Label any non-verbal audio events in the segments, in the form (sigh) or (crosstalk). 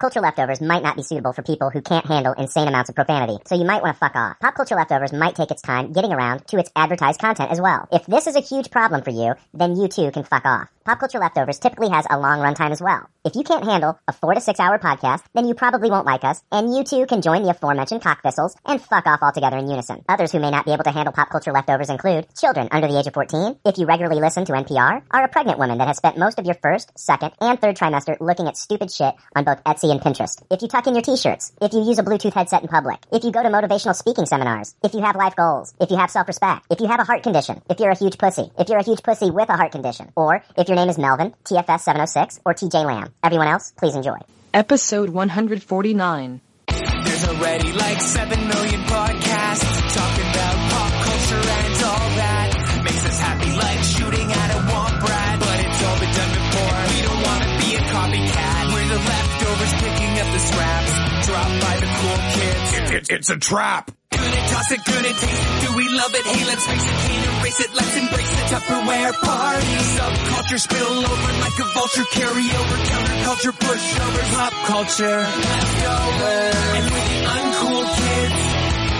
culture leftovers might not be suitable for people who can't handle insane amounts of profanity, so you might want to fuck off. Pop culture leftovers might take its time getting around to its advertised content as well. If this is a huge problem for you, then you too can fuck off. Pop culture leftovers typically has a long runtime as well. If you can't handle a four to six hour podcast, then you probably won't like us, and you too can join the aforementioned cockthistles and fuck off altogether in unison. Others who may not be able to handle pop culture leftovers include children under the age of 14, if you regularly listen to NPR, are a pregnant woman that has spent most of your first, second, and third trimester looking at stupid shit on both Etsy and Pinterest. If you tuck in your t-shirts, if you use a Bluetooth headset in public, if you go to motivational speaking seminars, if you have life goals, if you have self-respect, if you have a heart condition, if you're a huge pussy, if you're a huge pussy with a heart condition, or if your name is Melvin, TFS706, or TJ Lamb. Everyone else, please enjoy. Episode 149. There's already like 7 million podcasts talking about pop culture and all that. Makes us happy like shooting at a womp rat. But it's all been done before. We don't want to be a copycat. We're the leftovers picking up the scraps. Dropped by the cool kids. it's a trap. Gonna toss it, gonna taste it. Do we love it? Hey, let's face it. Can't erase it. Let's embrace it. Tupperware party. Subculture spill over like a vulture. Carry over counterculture. Pushovers. Pop culture. Leftovers. And with the uncool kids,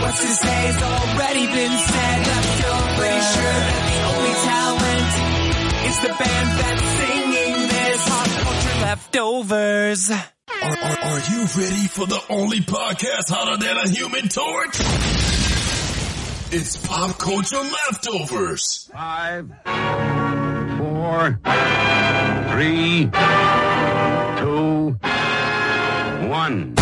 what's to say has already been said. Leftovers. Pretty sure that the only talent is the band that's singing this. Pop culture leftovers. Are, are, are you ready for the only podcast hotter than a human torch? It's Pop Culture Leftovers. Five, four, three, two, one.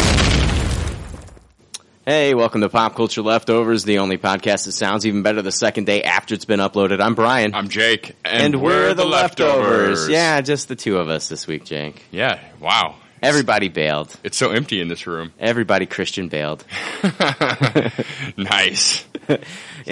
Hey, welcome to Pop Culture Leftovers, the only podcast that sounds even better the second day after it's been uploaded. I'm Brian. I'm Jake, and we're the leftovers. Yeah, just the two of us this week, Jake. yeah. Wow, Everybody bailed. it's so empty in this room. (laughs) Everybody Christian bailed. Nice. It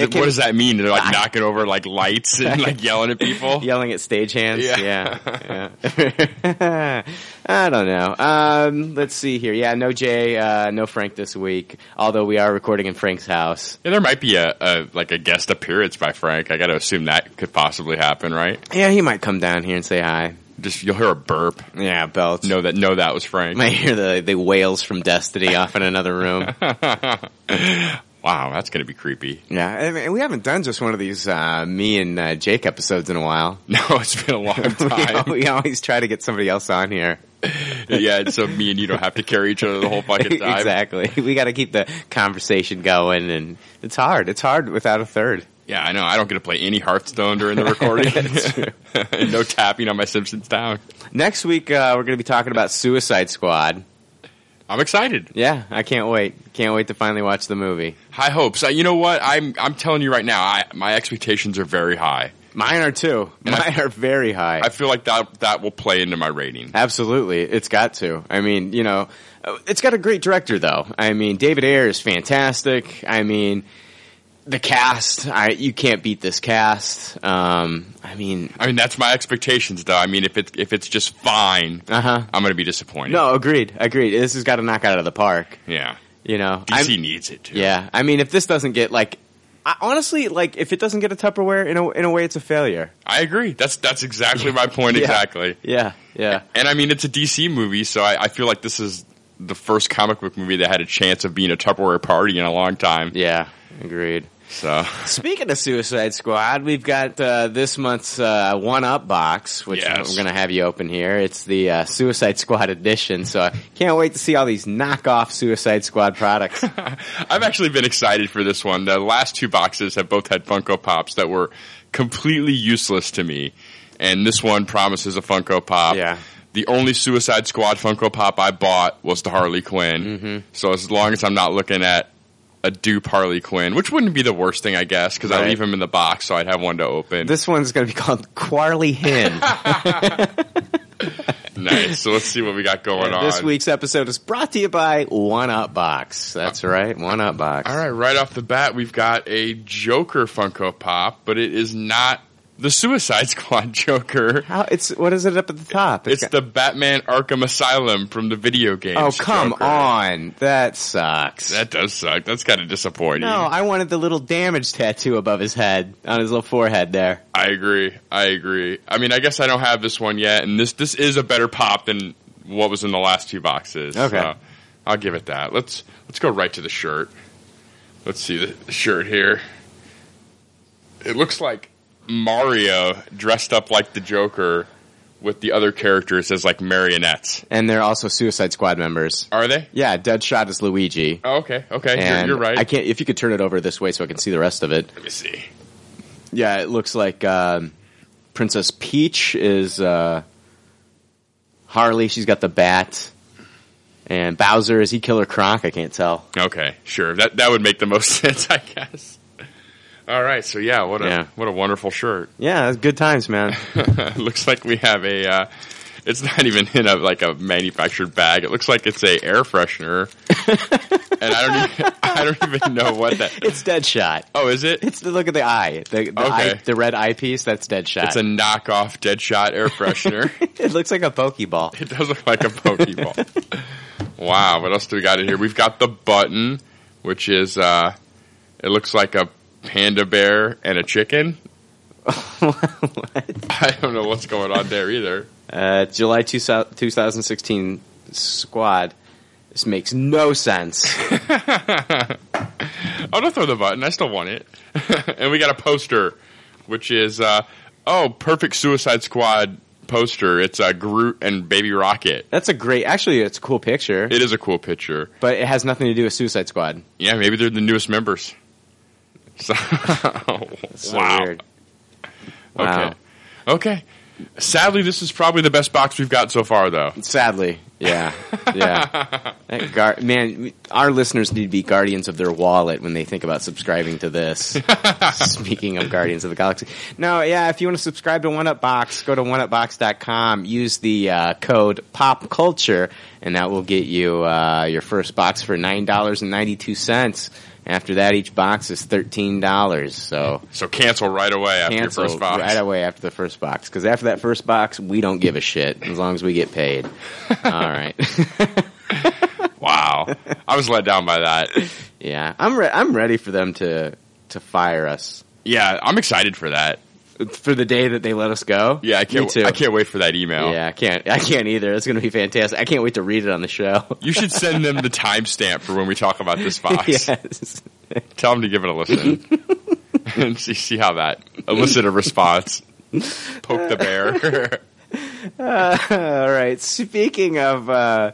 what can- does that mean? They're (laughs) like knocking over like lights and like yelling at people. Yelling at stagehands. Yeah. Yeah. (laughs) yeah. (laughs) I don't know. Um, let's see here. Yeah, no Jay, uh, no Frank this week, although we are recording in Frank's house. Yeah, there might be a, a like a guest appearance by Frank. I got to assume that could possibly happen, right? Yeah, he might come down here and say hi. Just you'll hear a burp. Yeah, belts. Know that know that was (laughs) Frank. Might hear the, the wails from Destiny off in another room. (laughs) Wow, that's gonna be creepy. Yeah, I mean, we haven't done just one of these uh, me and uh, Jake episodes in a while. (laughs) No, it's been a long (laughs) We, time. al- we always try to get somebody else on here. yeah, so me and you don't have to carry each other the whole (laughs) fucking time. exactly. We got to keep the conversation going, and it's hard. It's hard without a third. Yeah, I know. I don't get to play any Hearthstone (laughs) during the recording. and (laughs) no tapping on my Simpsons Town. Next week, uh, we're going to be talking about Suicide Squad. I'm excited. Yeah, I can't wait. Can't wait to finally watch the movie. High hopes. Uh, you know what? I'm I'm telling you right now. I, my expectations are very high. Mine are too. And I- Mine are very high. I feel like that that will play into my rating. Absolutely, it's got to. I mean, you know, uh, it's got a great director though. I mean, David Ayer is fantastic. I mean, the cast, I you can't beat this cast. Um, I mean, I mean, that's my expectations, though. I mean, if it's if it's just fine, uh huh. I'm going to be disappointed. No, agreed, agreed. This has got to knock out of the park. Yeah, You know, I'm- DC needs it. Too. yeah. I mean, if this doesn't get like, I, honestly, like if it doesn't get a Tupperware, in a in a way, it's a failure. I agree. That's (laughs) that's exactly my point. Yeah. Exactly. Yeah, yeah. And I mean, it's a DC movie, so I, I feel like this is the first comic book movie that had a chance of being a Tupperware party in a long time. Yeah, agreed. So (laughs) Speaking of Suicide Squad, we've got uh, this month's uh, One Up box, which Yes. we're going to have you open here. It's the uh, Suicide Squad edition, so I can't wait to see all these knockoff Suicide Squad (laughs) products. I've actually been excited for this one. The last two boxes have both had Funko Pops that were completely useless to me, and this one promises a Funko Pop. Yeah. The only Suicide Squad Funko Pop I bought was the Harley Quinn. Mm-hmm. So as long as I'm not looking at a dupe Harley Quinn, which wouldn't be the worst thing, I guess, because I Right. leave him in the box, so I'd have one to open. this one's going to be called Quarley (laughs) Hin. nice. So let's see what (laughs) we got going on this week's episode is brought to you by One Up box. That's right, One Up box. Uh, All right, right off the bat, we've got a Joker Funko Pop, but it is not the Suicide (laughs) Squad Joker. How, it's what is it up at the top? It's got- the Batman Arkham Asylum from the video game. oh come on, that sucks. That does suck. That's kind of disappointing. no, I wanted the little damage tattoo above his head on his little forehead there. I agree. I agree. I mean, I guess I don't have this one yet, and this this is a better pop than what was in the last two boxes. Okay. So I'll give it that. Let's let's go right to the shirt. Let's see the, the shirt here. It looks like Mario dressed up like the Joker with the other characters as like marionettes. and they're also Suicide Squad members. Are they? Yeah, Deadshot is Luigi. Oh, okay. Okay. And you're, you're right. I can't. If you could turn it over this way so I can see the rest of it. Let me see. Yeah, it looks like um, Princess Peach is uh, Harley. She's got the bat, and Bowser is he Killer Croc? I can't tell. Okay, sure. That that would make the most (laughs) sense, I guess. All right, so yeah, what a Yeah. what a wonderful shirt. Yeah, that's good times, (laughs) man. looks like we have a. Uh, it's not even in a like a manufactured bag. It looks like it's a air freshener, and I don't even, (laughs) I don't even know what that. it's Deadshot. Oh, is it? It's the look at the eye, the the, Okay. eye, the red eyepiece. That's Deadshot. (laughs) It's a knockoff Deadshot air freshener. (laughs) it looks like a Pokeball. It does look like a Pokeball. wow, what else do we got in here? We've got the button, which is uh it looks like a panda bear and a chicken. What? I don't know what's going on there either. Uh, July 2, 2016 squad. This makes no sense. Oh don't throw the button, I still want it. (laughs) and we got a poster, which is uh oh, perfect suicide squad poster. It's uh, Groot and Baby Rocket. That's a great. Actually, it's a cool picture, It is a cool picture. but it has nothing to do with Suicide Squad. Yeah, maybe they're the newest members. (laughs) So, So wow. weird. Wow. Okay. Okay. Sadly, this is probably the best box we've got so far, though. Sadly, yeah, yeah. That Gar- man, we- our listeners need to be guardians of their wallet when they think about subscribing to this. Speaking of Guardians of the Galaxy, no, yeah. If you want to subscribe to One Up Box, go to oneupbox.com. Use the uh, code Pop Culture, and that will get you uh, your first box for nine dollars and ninety two cents. After that, each box is thirteen dollars. So So cancel right away after cancel your first box. right away after the first box because after that first box, we don't give a shit as long as we get (laughs) paid. All right, (laughs) Wow, I was let down by that. yeah, I'm re- I'm ready for them to to fire us Yeah, I'm excited for that. for the day that they let us go. Yeah, I can't. Me too. I can't wait for that email. Yeah, I can't. I can't either. It's going to be fantastic. I can't wait to read it on the (laughs) show. You should send them the timestamp for when we talk about this (laughs) box. yes. Tell them to give it a listen and (laughs) see, see how that elicit a response. Poke the bear. (laughs) All right. Speaking of uh,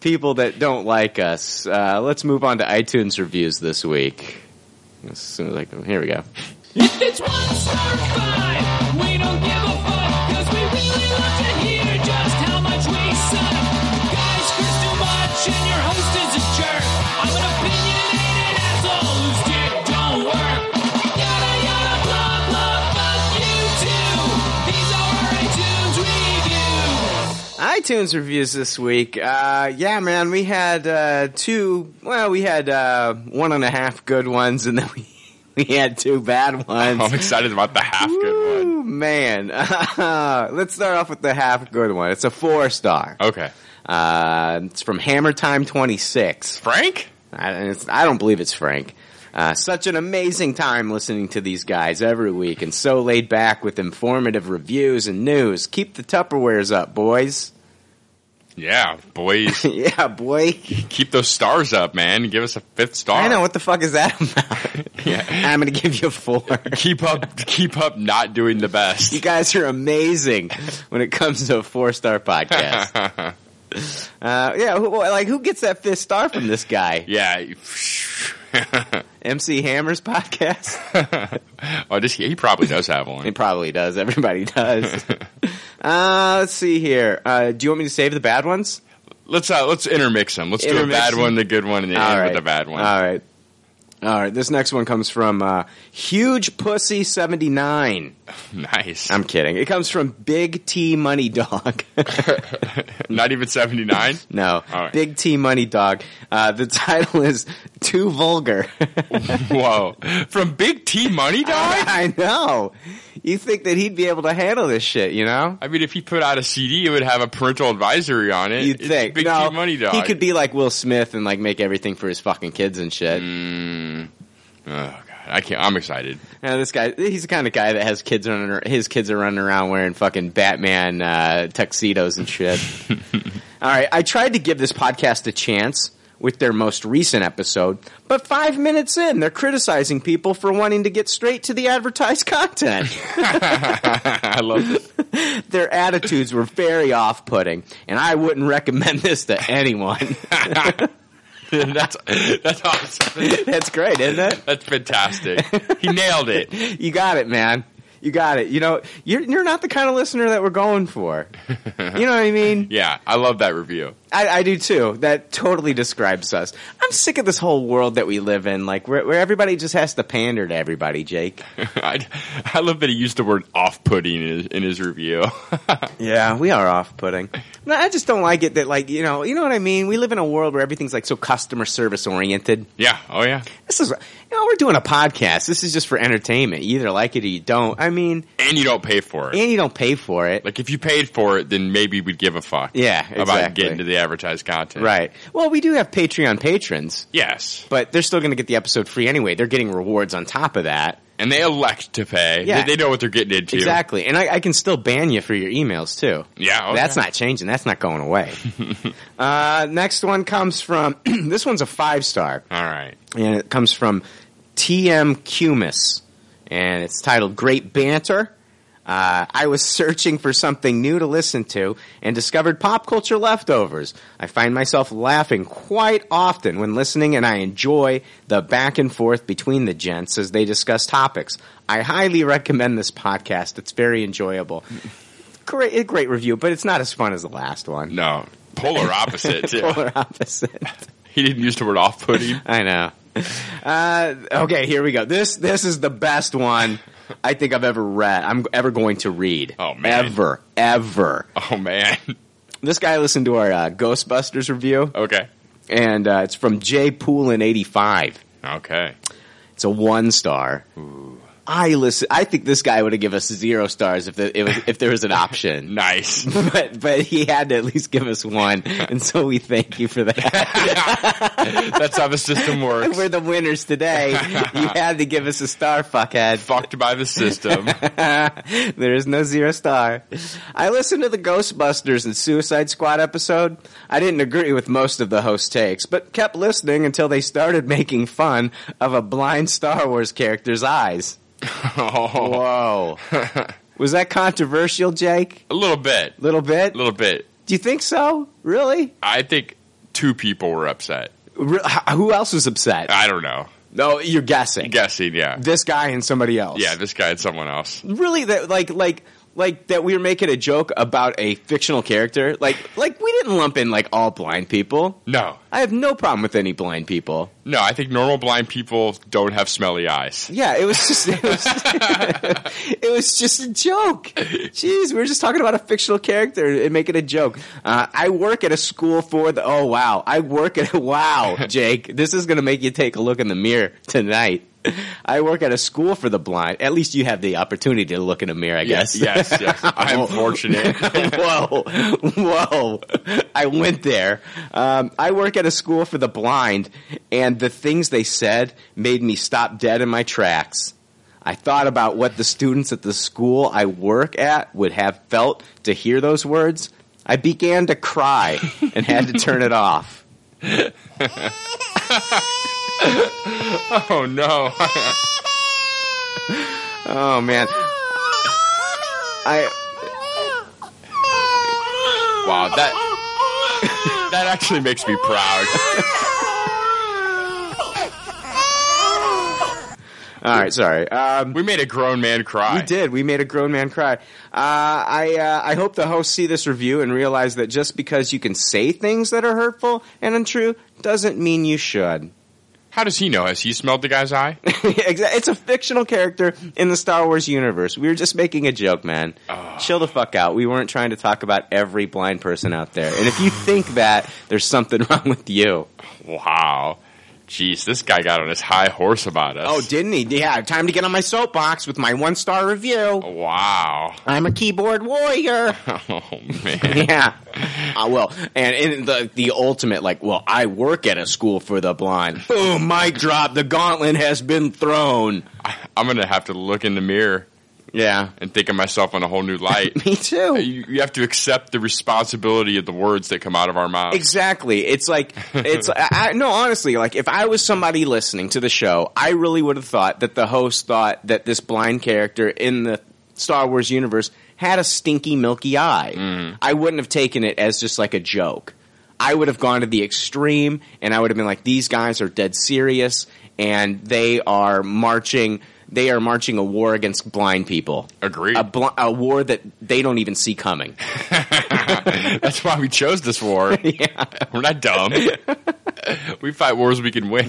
people that don't like us, uh, let's move on to iTunes reviews this week. As soon as I can, here we go. It's one star five. We don't give a fuck because we really want to hear just how much we suck. Guys, Chris too much and your host is a jerk. I'm an opinionated asshole whose dick don't work. Yada yada blah blah fuck you too. These are our iTunes reviews. iTunes reviews this week. Uh, yeah, man, we had uh, two. Well, we had uh, one and a half good ones, and then we (laughs) we had two bad ones. I'm excited about the half good one. Ooh, man, (laughs) let's start off with the half good one. It's a four star. Okay, Uh, it's from Hammer Time Twenty Six. Frank. I, and it's, I don't believe it's Frank. Uh, such an amazing time listening to these guys every week, and so laid back with informative reviews and news. Keep the Tupperwares up, boys. (laughs) Yeah, boys. yeah, boy. keep those stars up, man. Give us a fifth star. I know (laughs) what the fuck is that (laughs) about. I'm gonna give you a four. Keep up, keep up, not doing the You best. guys are amazing when it comes to a four star (laughs) podcast. Uh, yeah, who, well, like who gets that fifth star from this guy? (laughs) yeah. (laughs) MC Hammer's podcast. (laughs) oh, does he? He probably does have He one. probably does. Everybody does. (laughs) (laughs) uh, let's see here. Uh, do you want me to save the bad ones? Let's uh, let's intermix them. Let's do a Intermix bad them. one, the good one, and then end with the bad one. All right. All right. This next one comes from uh, Huge Pussy seventy nine. (laughs) nice. I'm (laughs) kidding. It comes from Big T Money Dog. (laughs) (laughs) not even seventy nine. No. All right. Big T Money Dog. Uh, the title is Too Vulgar. (laughs) Whoa, from Big T Money Dog. (laughs) I know. You think that he'd be able to handle this shit, you know? I mean, if he put out a CD, it would have a parental advisory on it. You'd It's think. Big no, T Money Dog? He could be like Will Smith and like make everything for his fucking kids and shit. Oh god, I can't. (laughs) I'm excited. Now this guy, he's the kind of guy that has kids running, ar- his kids are running around wearing fucking Batman, uh, tuxedos and shit. All right, I tried to give this podcast a chance with their most recent episode, but five minutes in, they're criticizing people for wanting to get straight to the advertised (laughs) content. I love this. their attitudes were very off putting, and I wouldn't recommend this to anyone. (laughs) that's that's awesome. That's great, isn't it? That's fantastic. He nailed it. You got it, man. You got it. You know, you're, you're not the kind of listener that we're going for. You know what I mean? Yeah, I love that review. I, I do too. That totally describes us. I'm sick of this whole world that we live in, like where, where everybody just has to pander to everybody, Jake. (laughs) I, I love that he used the word off-putting in his, in his review. (laughs) Yeah, we are off-putting. No, I just don't like it that, like, you know, you know what I mean? We live in a world where everything's like so customer service oriented. yeah. Oh yeah. This is, you know, we're doing a podcast. This is just for entertainment. You either like it or you don't. I mean, And you don't pay for it. and you don't pay for it. Like if you paid for it, then maybe we'd give a fuck. Yeah, About exactly. getting to the advertised content. Right. Well, we do have Patreon patrons, Yes. but they're still going to get the episode free anyway. They're getting rewards on top of that. And they elect to pay. Yeah. They, they know what they're getting into. Exactly. And I, I can still ban you for your emails too. Yeah. okay. That's not changing. That's not going (laughs) away. uh, next one comes from, (clears throat) this one's a five star. All right. and it comes from TM Cumis, and it's titled "Great Banter." Uh, I was searching for something new to listen to and discovered pop culture leftovers. I find myself laughing quite often when listening, and I enjoy the back and forth between the gents as they discuss topics. I highly recommend this podcast. It's very enjoyable. Great, a great review, but it's not as fun as the last one. No. Polar (laughs) opposite. too. Polar opposite. He didn't use the word off-putting. I know. Uh, okay, here we go. This this is the best one I think I've ever read. I'm ever going to read. Oh, man. ever, ever. Oh man. This guy listened to our uh, Ghostbusters review, Okay. and uh, it's from Jay Poolin eighty five. Okay. It's a one star. I listen. I think this guy would have given us zero stars if the, it was, if there was an option. (laughs) (laughs) Nice. But but he had to at least give us one, and so we thank you for (laughs) that. That's how the system works. We're the winners today. You had to give us a star, fuckhead. Fucked by the system. there is no zero star. I listened to the Ghostbusters and Suicide Squad episode. I didn't agree with most of the host takes, but kept listening until they started making fun of a blind Star Wars character's eyes. Oh, (laughs) (laughs) Whoa. Was that controversial, Jake? a little bit. Little bit? A little bit. Do you think so? Really? I think two people were upset. Re- h- who else was upset? I don't know. no, you're guessing. Guessing, Uh, yeah. this guy and somebody else. Yeah, this guy and someone else. really that like like like that we were making a joke about a fictional character like like we didn't lump in like all blind people No. i have no problem with any blind people No, I think normal blind people don't have smelly eyes. yeah it was just it was, (laughs) it was just a joke jeez we were just talking about a fictional character and making a joke uh, i work at a school for the oh wow i work at (laughs) wow jake this is going to make you take a look in the mirror tonight I work at a school for the blind. At least you have the opportunity to look in a mirror, I guess. Yes, (laughs) yes. I am Well- (laughs) fortunate. whoa, whoa. I went there. Um, I work at a school for the blind, and the things they said made me stop dead in my tracks. I thought about what the students at the school I work at would have felt to hear those words. I began to cry and had to turn it off. Oh, no. Oh, man. I. wow, that that actually makes me proud. All right, sorry. Um, We made a grown man cry. We did. We made a grown man cry. Uh, I uh, I hope the hosts see this review and realize that just because you can say things that are hurtful and untrue doesn't mean you should. (laughs) How does he know? Has he smelled the guy's eye? Exa- it's a fictional character in the Star Wars universe. We were just making a joke, man. Chill the fuck out. We weren't trying to talk about every blind person out there. And if you think that, there's something (laughs) wrong with you. Wow. Jeez, this guy got on his high horse about us. Oh, didn't he? Yeah, time to get on my soapbox with my one star review. wow. (laughs) I'm a keyboard warrior. Oh, man. yeah. Uh, well, and in the the ultimate, like, well, I work at a school for the blind. Boom, mic drop. The gauntlet has been thrown. I'm going to have to look in the mirror. Yeah. and think of myself in a whole (laughs) new light. Me too. you, you have to accept the responsibility of the words that come out of our mouths. Exactly. It's like it's I, I, no, honestly, like if I was somebody listening to the show, I really would have thought that the host thought that this blind character in the Star Wars universe had a stinky milky eye. I wouldn't have taken it as just like a joke. I would have gone to the extreme and I would have been like these guys are dead serious and they are marching they are marching a war against blind people. Agreed. A, bl- a war that they don't even see coming. (laughs) That's why we chose (laughs) this war. We're not dumb. we fight wars we can win.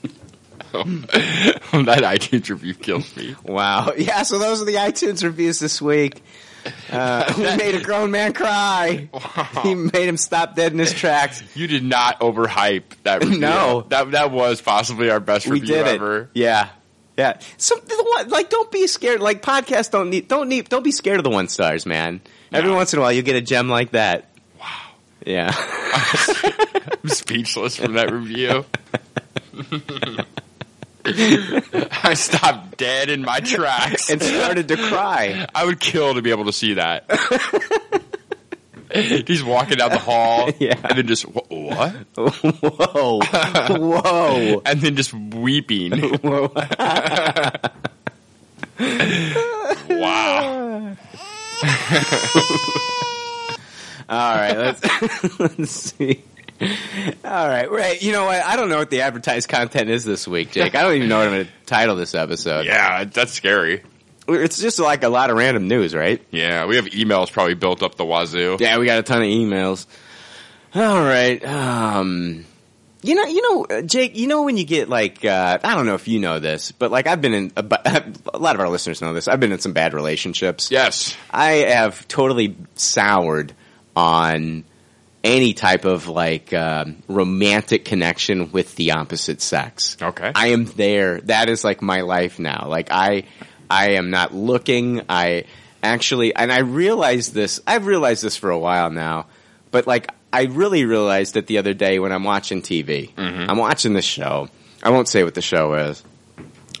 (laughs) Oh, that iTunes review kills me. Wow. (laughs) Yeah, so those are the iTunes reviews this week. Uh, (laughs) we made a grown man cry. He made him stop dead in his (laughs) tracks. You did not overhype that review. (laughs) No. That that was possibly our best We review did it. ever. Yeah. Yeah. So the one- like don't be scared. Like podcasts don't need don't need don't be scared of the one stars, man. Every once in a while you get a gem like that. Wow. Yeah. I'm speechless from that review. I stopped dead in my (laughs) tracks. and started to cry. I would kill to be able to (laughs) see that. He's walking down the hall, Yeah. and then just "Wh- what? (laughs) (laughs) Whoa. Whoa. And then (laughs) just weeping. Whoa. wow. All right, let's, (laughs) let's see. All right, right. You know what? I don't know what the advertised content is this week, Jake. I don't even know what I'm going to title this episode. Yeah, that's scary. It's just like a lot of random news, right? Yeah, we have emails probably built up the wazoo. Yeah, we got a ton of emails. All right. Um, you know, you know, uh, Jake. You know when you get like uh, I don't know if you know this, but like I've been in a, bu- (laughs) a lot of our listeners know this. I've been in some bad relationships. Yes. I have totally soured on any type of like um, romantic connection with the opposite sex. Okay. I am there. That is like my life now. Like I, I am not looking. I actually, and I realized this. I've realized this for a while now, but like I really realized it the other day when I'm watching TV. I'm watching this show. I won't say what the show is,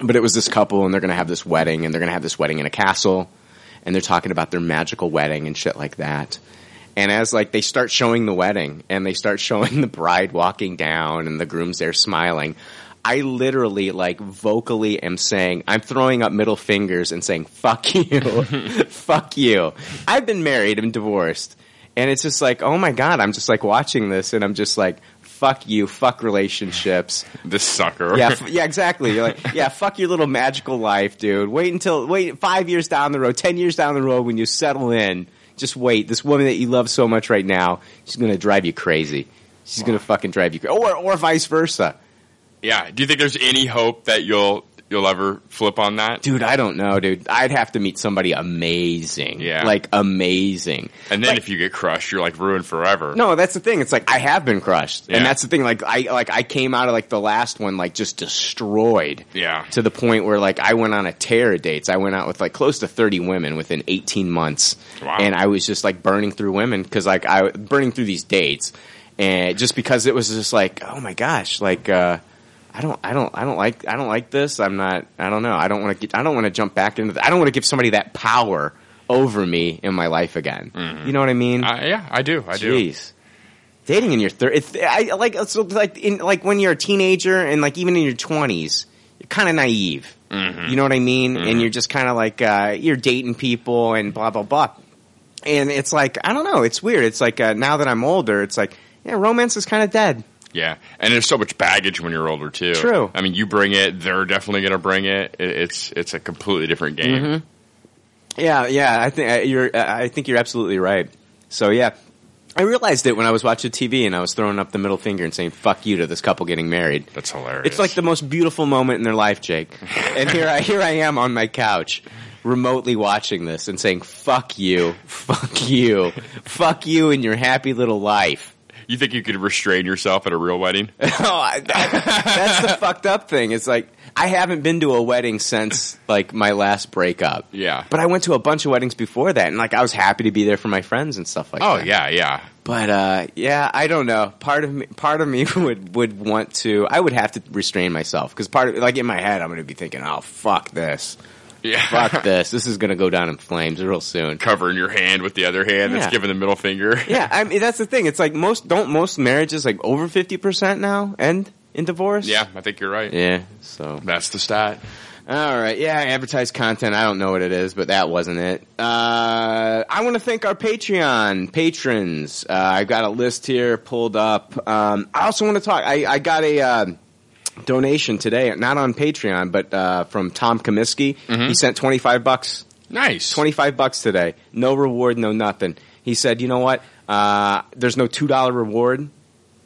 but it was this couple, and they're going to have this wedding, and they're going to have this wedding in a castle, and they're talking about their magical wedding and shit like that. And as like they start showing the wedding and they start showing (laughs) the bride walking down and the groom's there smiling, I literally like vocally am saying, I'm throwing up middle fingers and saying, fuck (laughs) you, fuck you. I've been married and divorced. And it's just like, oh my God, I'm just like watching this and I'm just like, fuck you, fuck relationships. This sucker. Yeah, f- yeah, exactly. You're like, yeah, fuck your little magical life, dude. Wait until wait five years down the road, ten years down the road when you settle in. Just wait. This woman that you love so much right now, she's gonna drive you crazy. She's gonna fucking drive you crazy, or or vice versa, (laughs) yeah. Do you think there's any hope that you'll you'll ever flip on (laughs) that? dude. I don't know, dude. I'd have to meet somebody amazing, Yeah. like amazing. And then if you get crushed, you're like ruined forever. No, that's the thing. It's like I have been crushed, Yeah. and that's the thing. Like I like I came out of like the last one like just destroyed. Yeah. to the point where like I went on a tear of dates. I went out with like close to thirty women within eighteen months, Wow. and I was just like burning through women because like I burning through these dates, and just because it was just like oh my gosh, like uh, I don't I don't I don't like I don't like this. I'm not I don't know. I don't want to get I don't want to jump back into. The, I don't want to give somebody that power over me in my life again. You know what I mean? Mm-hmm. I, yeah, I do. I do. Jeez. Dating in your thirties, I like so like in like when you're a teenager and like even in your twenties, you're kind of naive. Mm-hmm. You know what I mean? And you're just kind of like uh, you're dating people and blah blah blah. And it's like I don't know. It's weird. It's like uh, now that I'm older, it's like yeah, romance is kind of dead. Yeah, and there's so much baggage when you're older too. True. I mean, you bring it; they're definitely going to bring it. it. It's it's a completely different game. Mm-hmm. Yeah, yeah. I think uh, you're. uh, I think you're absolutely right. So yeah, I realized it when I was watching TV and I was throwing up the middle finger and saying "fuck you" to this couple getting married. That's hilarious. It's like the most beautiful moment in their life, Jake. (laughs) And here I here I am on my couch, remotely watching this and saying, "Fuck you, fuck you, fuck you, and your happy little life." (laughs) you think you could restrain yourself at a real wedding? no, Oh, I, that- that's the fucked up thing. It's like I haven't been to a wedding since like my last breakup. Yeah. but I went to a bunch of weddings before that, and like I was happy to be there for my friends and stuff like oh that. yeah, yeah. But uh, yeah, I don't know. Part of me, part of me (laughs) would would want to. I would have to restrain myself because part of like in my head, I'm going to be thinking, "Oh fuck this, Yeah. (laughs) Fuck this. This is going to go down in flames real soon. (laughs) Covering your hand with the other hand Yeah. that's giving the middle finger. Yeah, I mean that's the thing. It's like most don't most marriages like over fifty percent now end in divorce. (laughs) Yeah, I think you're right. yeah. So That's the stat. all right, yeah, advertised content. I don't know what it is, but that wasn't it. Uh, I want to thank our Patreon patrons. Uh, I got a list here pulled up. Um, I also want to talk. I, I got a. Uh, Donation today, not on Patreon, but uh, from Tom Comiskey. Mm-hmm. He sent twenty five bucks Nice. 25 bucks today. No reward, no nothing. He said, you know what? Uh, there's no $2 reward,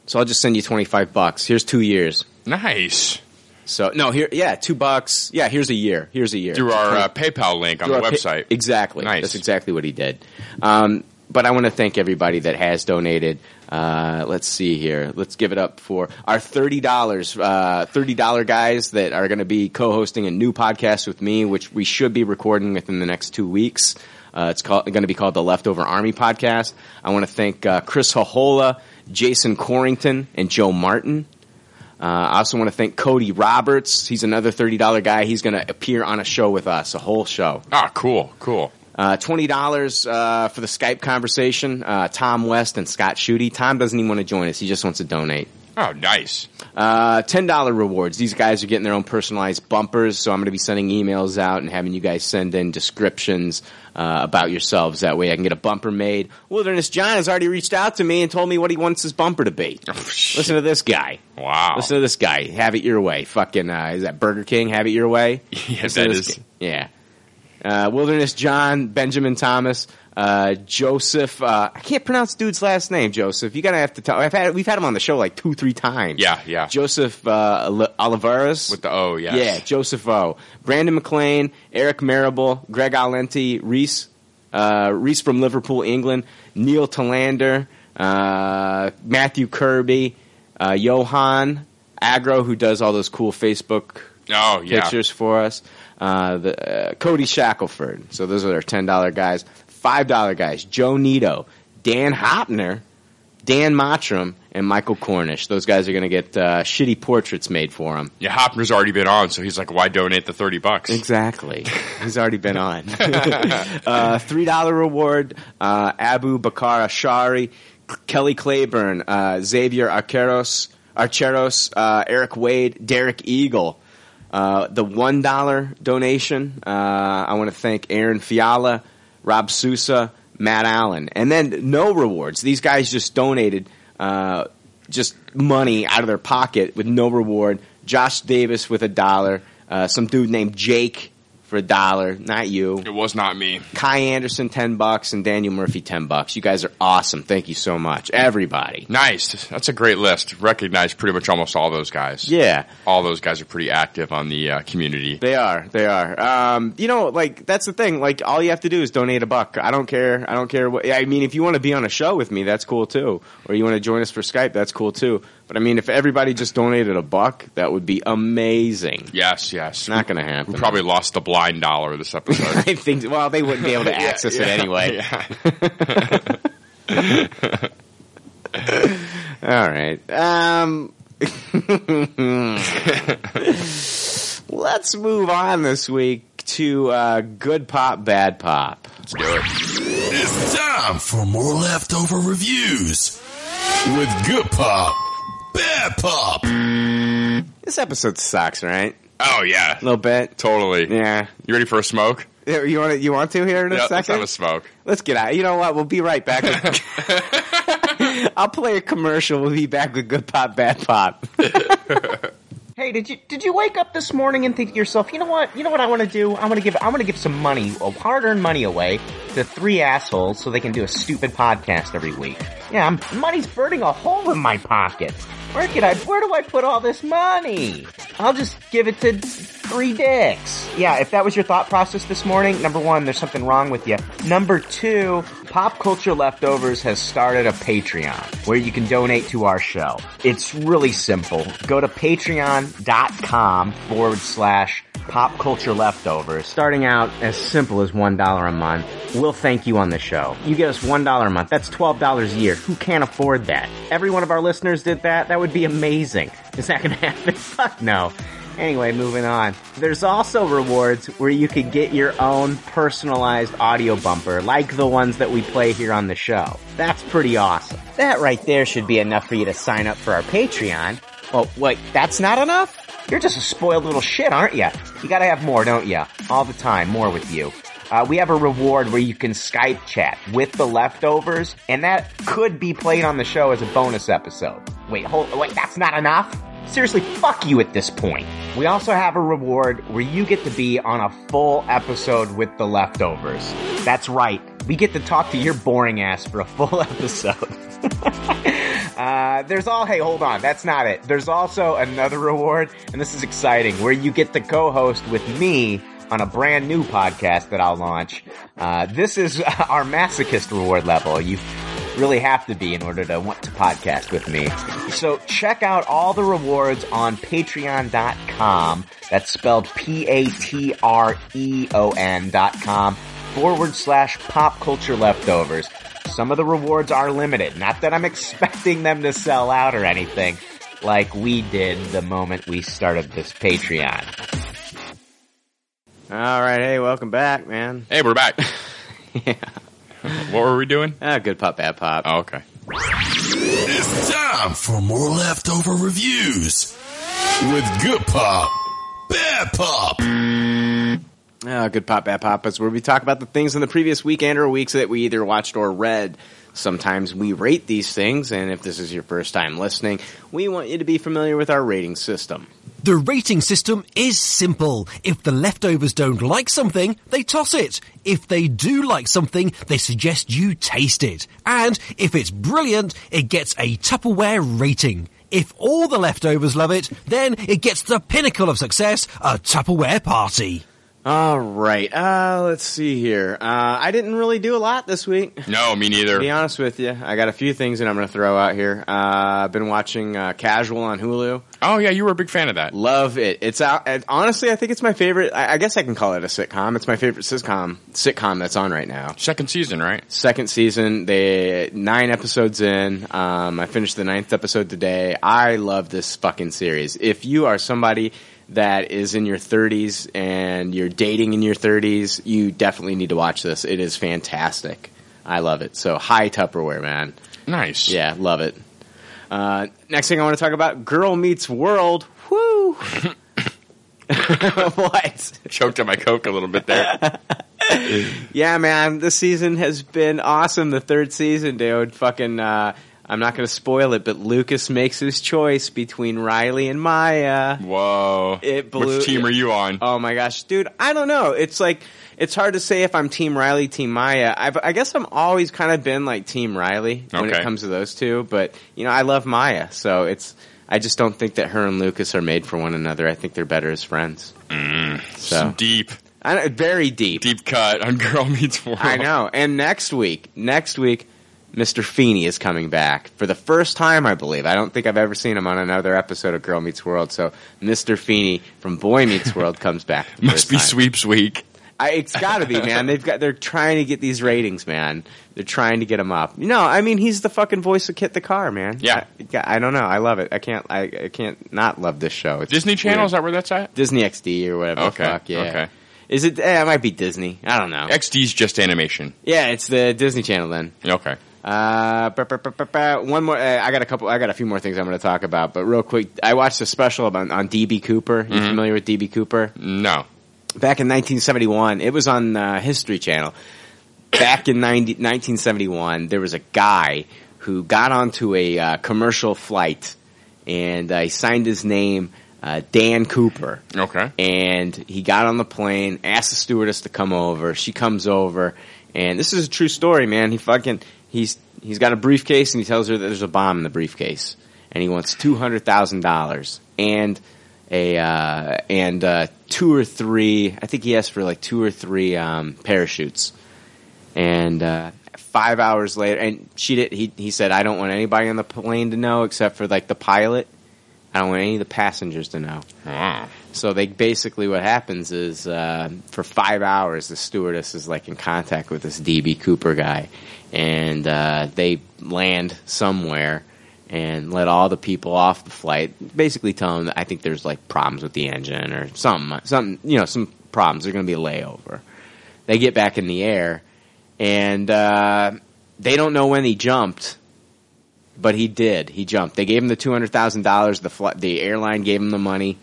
so I'll just send you 25 bucks. Here's two years. Nice. So, no, here, yeah, two bucks. Yeah, here's a year. Here's a year. Through our uh, PayPal link on Through the our pa- website. exactly. Nice. That's exactly what he did. Um, but I want to thank everybody that has donated. Uh, let's see here. Let's give it up for our thirty dollars, uh, thirty dollar guys that are going to be co-hosting a new podcast with me, which we should be recording within the next two weeks. Uh, it's called, going to be called the Leftover Army Podcast. I want to thank uh, Chris Hohola, Jason Corrington, and Joe Martin. Uh, I also want to thank Cody Roberts. He's another thirty dollar guy. He's going to appear on a show with us, a whole show. Ah, cool, cool. Uh, Twenty dollars uh, for the Skype conversation. Uh, Tom West and Scott Schutte. Tom doesn't even want to join us. He just wants to donate. Oh, nice. Uh, Ten dollar rewards. These guys are getting their own personalized bumpers, so I'm going to be sending emails out and having you guys send in descriptions uh, about yourselves. That way, I can get a bumper made. Wilderness John has already reached out to me and told me what he wants his bumper to be. Listen to this guy. Wow. (laughs) Listen to this guy. Have it your way. Fucking uh, is that Burger King? Have it your way. Yeah, Listen to that this is- guy. Yeah. Uh, Wilderness John, Benjamin Thomas, uh, Joseph. Uh, I can't pronounce dude's last name. Joseph, you gotta have to tell. I've had we've had him on the show like two, three times. Yeah, yeah. Joseph uh, Oli- Olivares. With the O, yes. Yeah, Joseph O. Brandon McLean, Eric Marable, Greg Alenti, Reese, uh, Reese from Liverpool, England, Neil Talander, uh, Matthew Kirby, uh, Johan Agro, who does all those cool Facebook Oh, yeah. pictures for us. Uh, the, uh, Cody Shackelford. So those are our ten dollar guys. Five dollar guys: Joe Nito, Dan Hopner, Dan Mottram, and Michael Cornish. Those guys are going to get uh, shitty portraits made for them. Yeah, Hopner's already been on, so he's like, why donate the 30 bucks? (laughs) Exactly. He's already been on. (laughs) uh, Three dollar reward. Uh, Abu Bakar Ashari, Kelly Claiborne, uh, Xavier Arqueros, Archeros, uh, Eric Wade, Derek Eagle. Uh, the one dollar donation. Uh, I want to thank Aaron Fiala, Rob Sousa, Matt Allen, and then no rewards. These guys just donated. Uh, just money out of their pocket with no reward. Josh Davis with a dollar. Uh, some dude named Jake for a dollar. Not you. It was not me. Kai Anderson, 10 bucks, and Daniel Murphy, 10 bucks. You guys are awesome. Thank you so much. Everybody. Nice. That's a great list. Recognize pretty much almost all those guys. Yeah. All those guys are pretty active on the uh, community. They are. They are. Um, you know, like that's the thing. Like all you have to do is donate a buck. I don't care. I don't care what. I mean, if you want to be on a show with me, that's cool too. Or you want to join us for Skype, that's cool too. But I mean, if everybody just donated a buck, that would be amazing. Yes, yes. Not gonna happen. We probably lost the blind dollar this episode. (laughs) I think. Well, (laughs) they wouldn't be able to access it anyway. yeah. (laughs) All right. Um, (laughs) let's move on this week to uh, good pop, bad pop. Let's do it. It's time for more leftover reviews with good pop, bad pop. This episode sucks, right? Oh, yeah. A little bit. Totally. Yeah. You ready for a smoke? Yeah, You want to, you want to here in a Yeah, let's second? have a smoke. Let's get out. You know what? We'll be right back. With- (laughs) (laughs) I'll play a commercial. We'll be back with good pop, bad pop. Hey, did you did you wake up this morning and think to yourself, you know what, you know what I want to do? I want to give I want to give some money, hard earned money away to three assholes so they can do a stupid podcast every week. Yeah, I'm, money's burning a hole in my pocket. Where can I? Where do I put all this money? I'll just give it to three dicks. Yeah, if that was your thought process this morning, number one, there's something wrong with you. Number two, Pop Culture Leftovers has started a Patreon where you can donate to our show. It's really simple. Go to patreon.com forward slash pop culture leftovers, starting out as simple as $1 a month. We'll thank you on the show. You get us $1 a month. That's $12 a year. Who can't (laughs) afford that? Every one of our listeners did that. That would be amazing. Is that going to happen? Fuck no. Anyway, moving on. There's also rewards where you can get your own personalized audio bumper, like the ones that we play here on the show. That's pretty awesome. That right there should be enough for you to sign up for our Patreon. Well, wait, that's not enough? You're just a spoiled little shit, aren't you? You gotta have more, don't you? All the time, more with you. Uh, we have a reward where you can Skype chat with the leftovers, and that could be played on the show as a bonus episode. Wait, hold, wait, that's not enough? Seriously, fuck you at this point. We also have a reward where you get to be on a full episode with the leftovers. That's right. We get to talk to your boring ass for a full (laughs) episode. uh, there's all, hey, hold on. That's not it. There's also another reward, and this is exciting, where you get to co host with me on a brand new podcast that I'll launch. Uh, this is (laughs) our masochist reward level. You really have to be in order to want to podcast with me. So check out all the rewards on patreon.com. That's spelled P-A-T-R-E-O-N E dot com forward slash pop culture leftovers. Some of the rewards are limited. Not that I'm (laughs) expecting them to sell out or anything like we did the moment we started this Patreon. All right, hey, welcome back, man. Hey, we're back. (laughs) yeah. What were we doing? Ah, good pop, bad pop. Oh, okay. It's time for more leftover reviews with Good Pop, Bad Pop. Ah, good pop, bad pop is where we talk about the things in the previous week and or weeks that we either watched or read. Sometimes we rate these things, and if this is your first time listening, we want you to be familiar with our rating system. The rating system is simple. If the leftovers don't like something, they toss it. If they do like something, they suggest you taste it. And if it's brilliant, it gets a Tupperware rating. If all the leftovers love it, then it gets the pinnacle of success, a Tupperware party. All right, uh, let's see here. Uh, I didn't really do a lot this week. No, me To be neither. honest with you, I got a few things that I'm going to throw out here. Uh, I've been watching uh, Casual on Hulu. Oh yeah, you were a big fan of that. Love it. It's out. and honestly, I think it's my favorite. I, I guess I can call it a sitcom. It's my favorite sitcom sitcom that's on right now. Second season, right? Second season. They nine episodes in. Um, I finished the ninth episode today. I love this fucking series. If you are somebody that is in your 30s and you're dating in your 30s, you definitely need to watch this. It is fantastic. I love it. So high Tupperware, man. Nice. Yeah, love it. Uh, next thing I want to talk about: Girl Meets World. Woo! (laughs) what? Choked on my coke a little (laughs) bit there. Yeah, man. This season has been awesome. The third season, dude. Fucking. Uh, I'm not going to spoil it, but Lucas makes his choice between Riley and Maya. Whoa. It blew- Which team are you on? Oh my gosh, dude! I don't know. It's like it's hard to say if I'm Team Riley, Team Maya. I've, I guess I'm always kind of been like Team Riley when it Okay. comes to those two. But you know, I love Maya, so it's. I just don't think that her and Lucas are made for one another. I think they're better as friends. so. Deep, I don't, very deep. deep cut on (laughs) Girl Meets World. I know. And next week, next week, Mr. Feeney is coming back for the first time, I believe. I don't think I've ever seen him on another episode of Girl Meets World. So Mr. Feeney from Boy Meets World comes back. for the Must first be time. sweeps week. I, it's got to be, man. They've got. They're trying to get these ratings, man. They're trying to get them up. No, I mean he's the fucking voice of Kit the Car, man. Yeah. I, yeah, I don't know. I love it. I can't. I, I can't not love this show. It's Disney Channel weird. is that where that's at? Disney XD or whatever. Okay, The fuck, yeah. okay. Is it? Eh, it might be Disney. I don't know. XD's just animation. yeah, it's the Disney Channel then. Okay. Uh, ba- ba- ba- ba- ba- one more. Uh, I got a couple. I got a few more things I'm going to talk about, but real quick, I watched a special about, on DB Cooper. You familiar with DB Cooper? No. back in 1971. It was on uh, History Channel. Back in 90, 1971, there was a guy who got onto a uh, commercial flight, and uh, he signed his name uh, Dan Cooper. Okay. And he got on the plane, asked the stewardess to come over. She comes over, and this is a true story, man. He fucking he's he's got a briefcase, and he tells her that there's a bomb in the briefcase, and he wants two hundred thousand dollars and a uh, and uh, two or three. I think he asked for like two or three um, parachutes, and. Uh, Five hours later, and she did. He he said, "I don't want anybody on the plane to know except for like the pilot. I don't want any of the passengers to know." Wow. So they basically what happens is uh, for five hours the stewardess is like in contact with this DB Cooper guy, and uh, they land somewhere, and let all the people off the flight. Basically, tell them that I think there's like problems with the engine or some some you know some problems. There's going to be a layover. They get back in the air, and uh, they don't know when he jumped, but he did. He jumped. They gave him the two hundred thousand dollars. The fl- the airline gave him the money,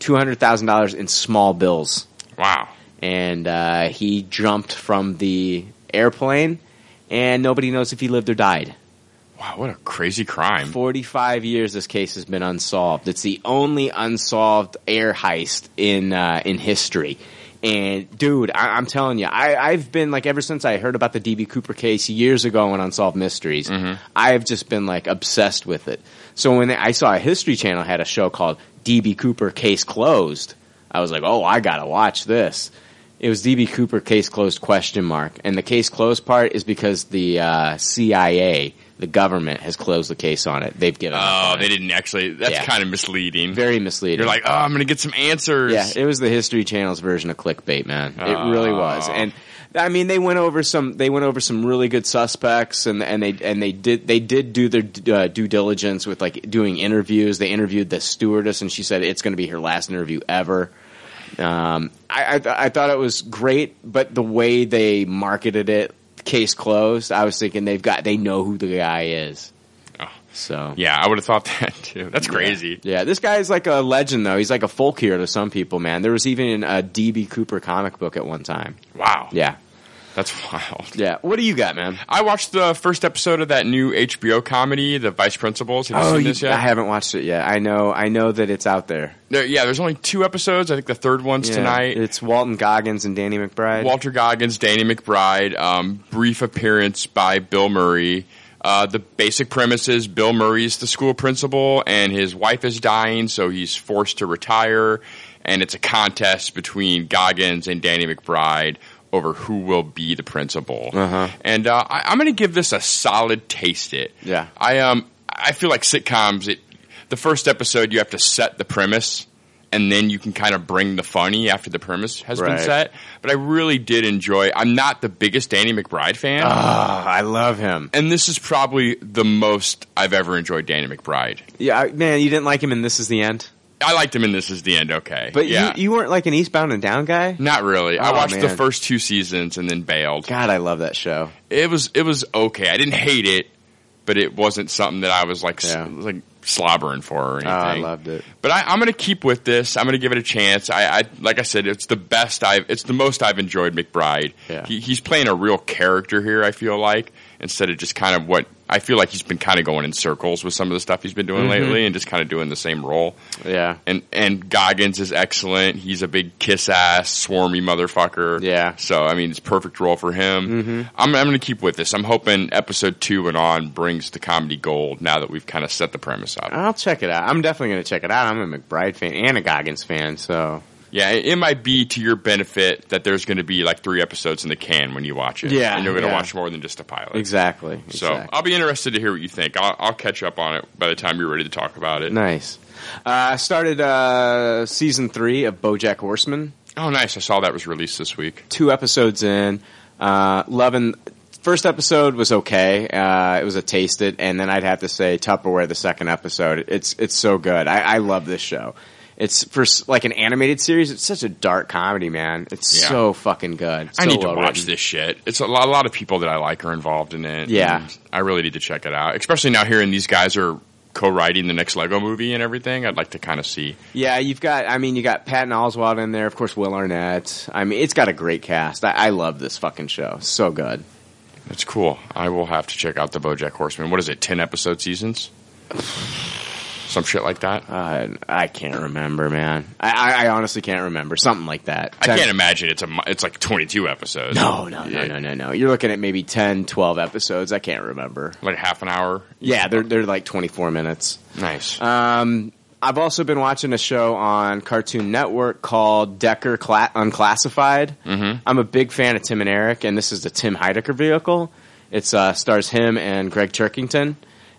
two hundred thousand dollars in small bills Wow. and uh, he jumped from the airplane, and nobody knows if he lived or died. Wow, what a crazy crime. 45 years this case has been unsolved. It's the only unsolved air heist in uh, in history. And dude, I, I'm telling you, I, I've been like ever since I heard about the DB Cooper case years ago on Unsolved Mysteries, I've just been like obsessed with it. So when I saw a History Channel had a show called DB Cooper Case Closed, I was like, oh, I gotta watch this. It was DB Cooper case closed question mark, and the case closed part is because the uh, CIA, the government, has closed the case on it. They've given up. Oh, on they it. didn't actually. That's Yeah. kind of misleading. Very misleading. You're like, oh, I'm going to get some answers. yeah, it was the History Channel's version of clickbait, man. It really was, Oh. and I mean, they went over some, they went over some really good suspects, and and they and they did they did do their uh, due diligence with like doing interviews. They interviewed the stewardess, and she said it's going to be her last interview ever. Um, I, I, th- I thought it was great, but the way they marketed it, case closed. I was thinking they've got they know who the guy is. Oh. So Yeah, I would have thought that too. That's crazy. yeah, this guy is like a legend though. He's like a folk hero to some people, man. There was even a DB Cooper comic book at one time. Wow. Yeah. That's wild. Yeah. What do you got, man? I watched the first episode of that new HBO comedy, The Vice Principals. Have Oh, you seen Oh, you- this yet? I haven't watched it yet. I know I know that it's out there. There- yeah, there's only two episodes. I think the third one's Yeah. tonight. It's Walton Goggins and Danny McBride. Walter Goggins, Danny McBride, um, brief appearance by Bill Murray. Uh, the basic premise is Bill Murray's the school principal, and his wife is dying, so he's forced to retire. And it's a contest between Goggins and Danny McBride over who will be the principal. Uh-huh. And uh, I, I'm going to give this a solid taste. It. Yeah. I um. I feel like sitcoms. It. The first episode, you have to set the premise, and then you can kind of bring the funny after the premise has Right. been set. But I really did enjoy. I'm not the biggest Danny McBride fan, Ah, I love him. and this is probably the most I've ever enjoyed Danny McBride. Yeah, I- man, you didn't like him in This Is the End, I liked him in This Is the End. Okay, but yeah, you, you weren't like an Eastbound and Down guy. not really. I Oh, watched the man. first two seasons and then bailed. God, I love that show. It was it was okay. I didn't hate it, but it wasn't something that I was like s Yeah. like slobbering for or Oh, anything. I loved it. But I, I'm going to keep with this. I'm going to give it a chance. I, I like I said, it's the best I've, it's the most I've enjoyed McBride. Yeah. He, he's playing a real character here. I feel like instead of just kind of what I feel like he's been kind of going in circles with some of the stuff he's been doing Mm-hmm. lately, and just kind of doing the same role. Yeah, And and Goggins is excellent. He's a big kiss ass, swarmy motherfucker. Yeah. Mm-hmm. So I mean, it's perfect role for him. I'm I'm going to keep with this. I'm hoping episode two and on brings the comedy gold. Now that we've kind of set the premise up. I'll check it out. I'm definitely going to check it out. I'm a McBride fan and a Goggins fan, so Yeah, it it might be to your benefit that there's going to be like three episodes in the can when you watch it. Yeah, and you're going to yeah. watch more than just a pilot. exactly. So exactly. I'll be interested to hear what you think. I'll, I'll catch up on it by the time you're ready to talk about it. Nice. Uh, I started uh, season three of BoJack Horseman. Oh, nice! I saw that was released this week. Two episodes in. Uh, loving. First episode was okay. Uh, it was a taste it, and then I'd have to say Tupperware. The second episode, it's it's so good. I, I love this show. It's for s- like an animated series. It's such a dark comedy, man. It's Yeah. so fucking good. So I need to well watch written. this shit. It's a lot, a lot of people that I like are involved in it. Yeah. and I really need to check it out. Especially now hearing these guys are co-writing the next Lego movie and everything. I'd like to kind of see. Yeah, you've got. I mean, you got Patton Oswald in there, of course. Will Arnett. I mean, it's got a great cast. I, I love this fucking show. So good. That's cool. I will have to check out the BoJack Horseman. What is it? Ten episode seasons? Some shit like that. Uh, I can't remember, man. I, I, I honestly can't remember. Something like that. I can't imagine it's a mu- it's like 22 episodes. No, no, no, Yeah. no, no, no. You're looking at maybe 10, 12 episodes. I can't remember. Like half an hour. Yeah, they're they're like 24 minutes. Nice. Um, I've also been watching a show on Cartoon Network called Decker Cla- Unclassified. Mm-hmm. I'm a big fan of Tim and Eric, and this is the Tim Heidecker vehicle. It uh, stars him and Greg Turkington.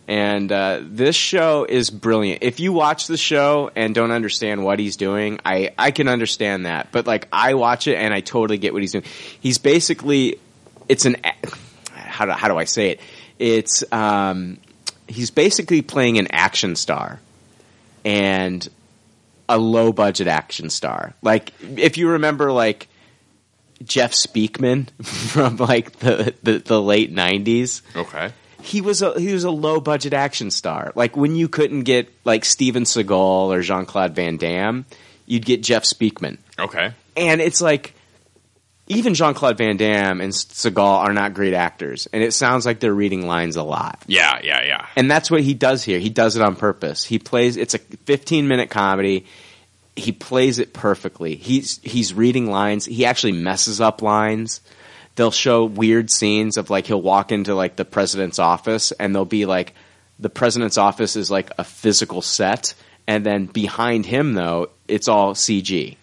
And uh, this show is brilliant. If you watch the show and don't understand what he's doing, I, I can understand that. But like, I watch it and I totally get what he's doing. He's basically, it's an, a- how do, how do I say it? It's, um, he's basically playing an action star and a low budget action star. Like if you remember like Jeff Speakman (laughs) from like the the, the late 90s Okay. he was a he was a low budget action star. Like when you couldn't get like Steven Seagal or Jean Claude Van Damme, you'd get Jeff Speakman, Okay. and it's like even Jean Claude Van Damme and Seagal are not great actors, and it sounds like they're reading lines a lot. Yeah, yeah, yeah. And that's what he does here. He does it on purpose. He plays. It's a 15 minute comedy. He plays it perfectly. He's he's reading lines. He actually messes up lines. They'll show weird scenes of like he'll walk into like the president's office and they'll be like the president's office is like a physical set and then behind him though it's all CG.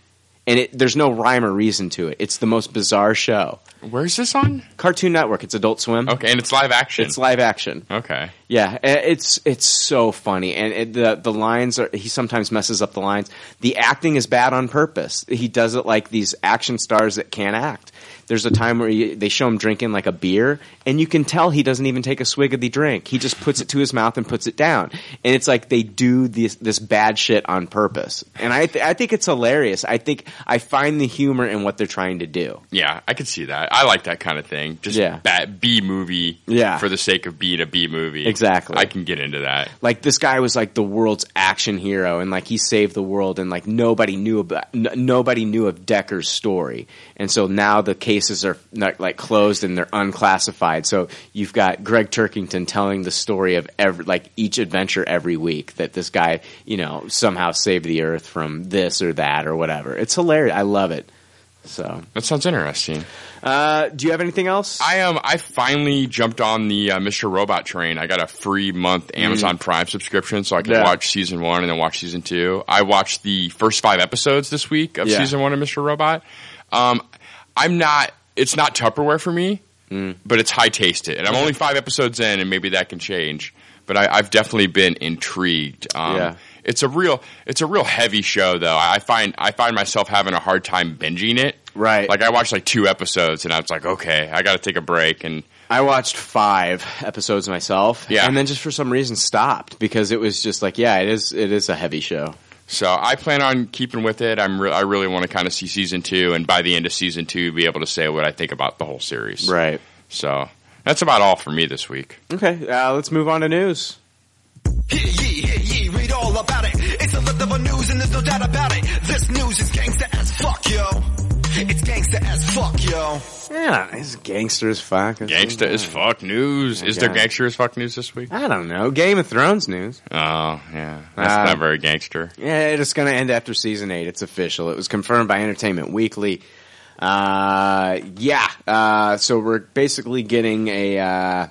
And it, there's no rhyme or reason to it. It's the most bizarre show. Where's this on? Cartoon Network. It's Adult Swim. Okay, and it's live action. It's live action. okay. Yeah, i- it's it's so funny, and it, the the lines are he sometimes messes up the lines. The acting is bad on purpose. He does it like these action stars that can't act. There's a time where he, they show him drinking like a beer, and you can tell he doesn't even take a swig of the drink. He just puts it to his mouth and puts it down, and it's like they do this this bad shit on purpose. And I th- I think it's hilarious. I think I find the humor in what they're trying to do. Yeah, I could see that. I like that kind of thing. Just Yeah. that B movie Yeah. for the sake of being a B movie. Exactly. I can get into that. like this guy was like the world's action hero and like he saved the world and like nobody knew about n- nobody knew of Decker's story and so now the cases are not, like closed and they're unclassified so you've got Greg Turkington telling the story of every like each adventure every week that this guy you know somehow saved the earth from this or that or whatever it's hilarious I love it so That sounds interesting. uh, do you have anything else I um I finally jumped on the uh, Mr. Robot train. I got a free month Amazon Prime subscription, so I can Mm. Yeah. watch season one and then watch season two. I watched the first five episodes this week of Yeah. season one of Mr. Robot. Um, I'm not. It's not Tupperware for me, Mm. but it's high tasted, and I'm only five episodes in, and maybe that can change. But I, I've definitely been intrigued. Um, Yeah. It's a real, it's a real heavy show, though. I find I find myself having a hard time binging it. Right. Like I watched like two episodes, and I was like, okay, I got to take a break. And I watched five episodes myself, Yeah. and then just for some reason stopped because it was just like, yeah, it is, it is a heavy show. so I plan on keeping with it. I'm re- I really want to kind of see season two, and by the end of season two, be able to say what I think about the whole series. Right. So that's about all for me this week. Okay, uh, let's move on to news. Hear ye, hear ye, read all about it. It's a lift of a news and there's no doubt about it. This news is gangsta as fuck, yo. It's gangsta as fuck, yo. Yeah, it's gangster as fuck. Gangsta is fuck news. Is there Okay. gangster is fuck news this week? I don't know. Game of Thrones news. Oh yeah, that's Uh, not very gangster. Yeah, it's going to end after season eight. It's official. It was confirmed by Entertainment Weekly. Uh, yeah. Uh, so we're basically getting a uh,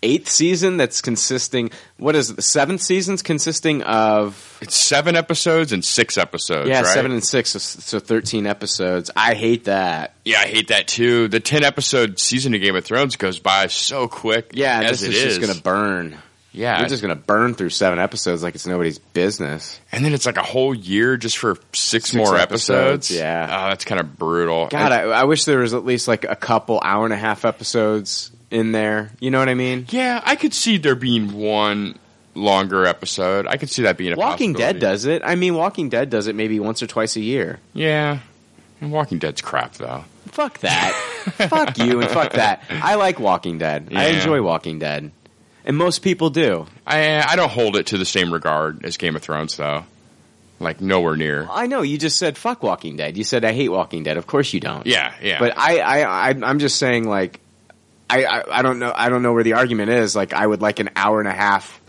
eighth season that's consisting. What is it? The seventh season's consisting of It's seven episodes and six episodes. Yeah, right? seven and six, so, so thirteen episodes. I hate that. Yeah, I hate that too. The ten episode season of Game of Thrones goes by so quick. Yeah, as this it is just is. gonna burn. yeah, We're just gonna burn through seven episodes like it's nobody's business. and then it's like a whole year just for six, Six more episodes, episodes. yeah. oh, that's kind of brutal. God, And- I, I wish there was at least like a couple hour and a half episodes in there. You know what I mean? yeah, I could see there being one longer episode. I could see that being a Walking Dead possibility. does it. I mean, Walking Dead does it maybe once or twice a year. Yeah, and Walking Dead's crap though. Fuck that. (laughs) fuck you and fuck that. I like Walking Dead. I Yeah. enjoy Walking Dead, and most people do. I I don't hold it to the same regard as Game of Thrones though. Like nowhere near. I know you just said fuck Walking Dead. You said I hate Walking Dead. Of course you don't. Yeah, yeah. But I, I, I I'm just saying, like, I, I, I don't know, I don't know where the argument is. Like, I would like an hour and a half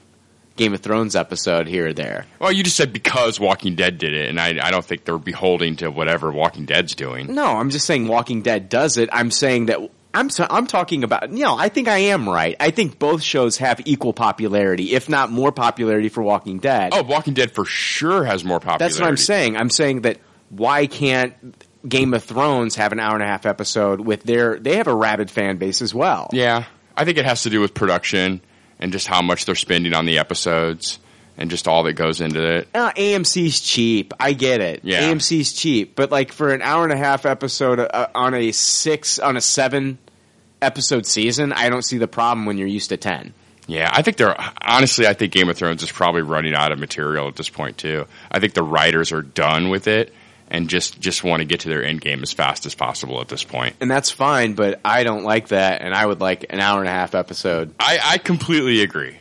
Game of Thrones episode here or there. Well, you just said because Walking Dead did it, and I, I don't think they're beholding to whatever Walking Dead's doing. No, I'm just saying Walking Dead does it. I'm saying that. I'm so, I'm talking about you know I think I am right. I think both shows have equal popularity, if not more popularity for Walking Dead. Oh, Walking Dead for sure has more popularity. that's what I'm saying. I'm saying that why can't Game of Thrones have an hour and a half episode with their they have a rabid fan base as well. Yeah, I think it has to do with production and just how much they're spending on the episodes and just all that goes into it. Uh, AMC's cheap. I get it. Yeah. AMC's cheap, but like for an hour and a half episode uh, on a six on a seven episode season, I don't see the problem when you're used to ten. Yeah, I think they're honestly. I think Game of Thrones is probably running out of material at this point too. I think the writers are done with it and just just want to get to their end game as fast as possible at this point. and that's fine. But I don't like that, and I would like an hour and a half episode. I, I completely agree.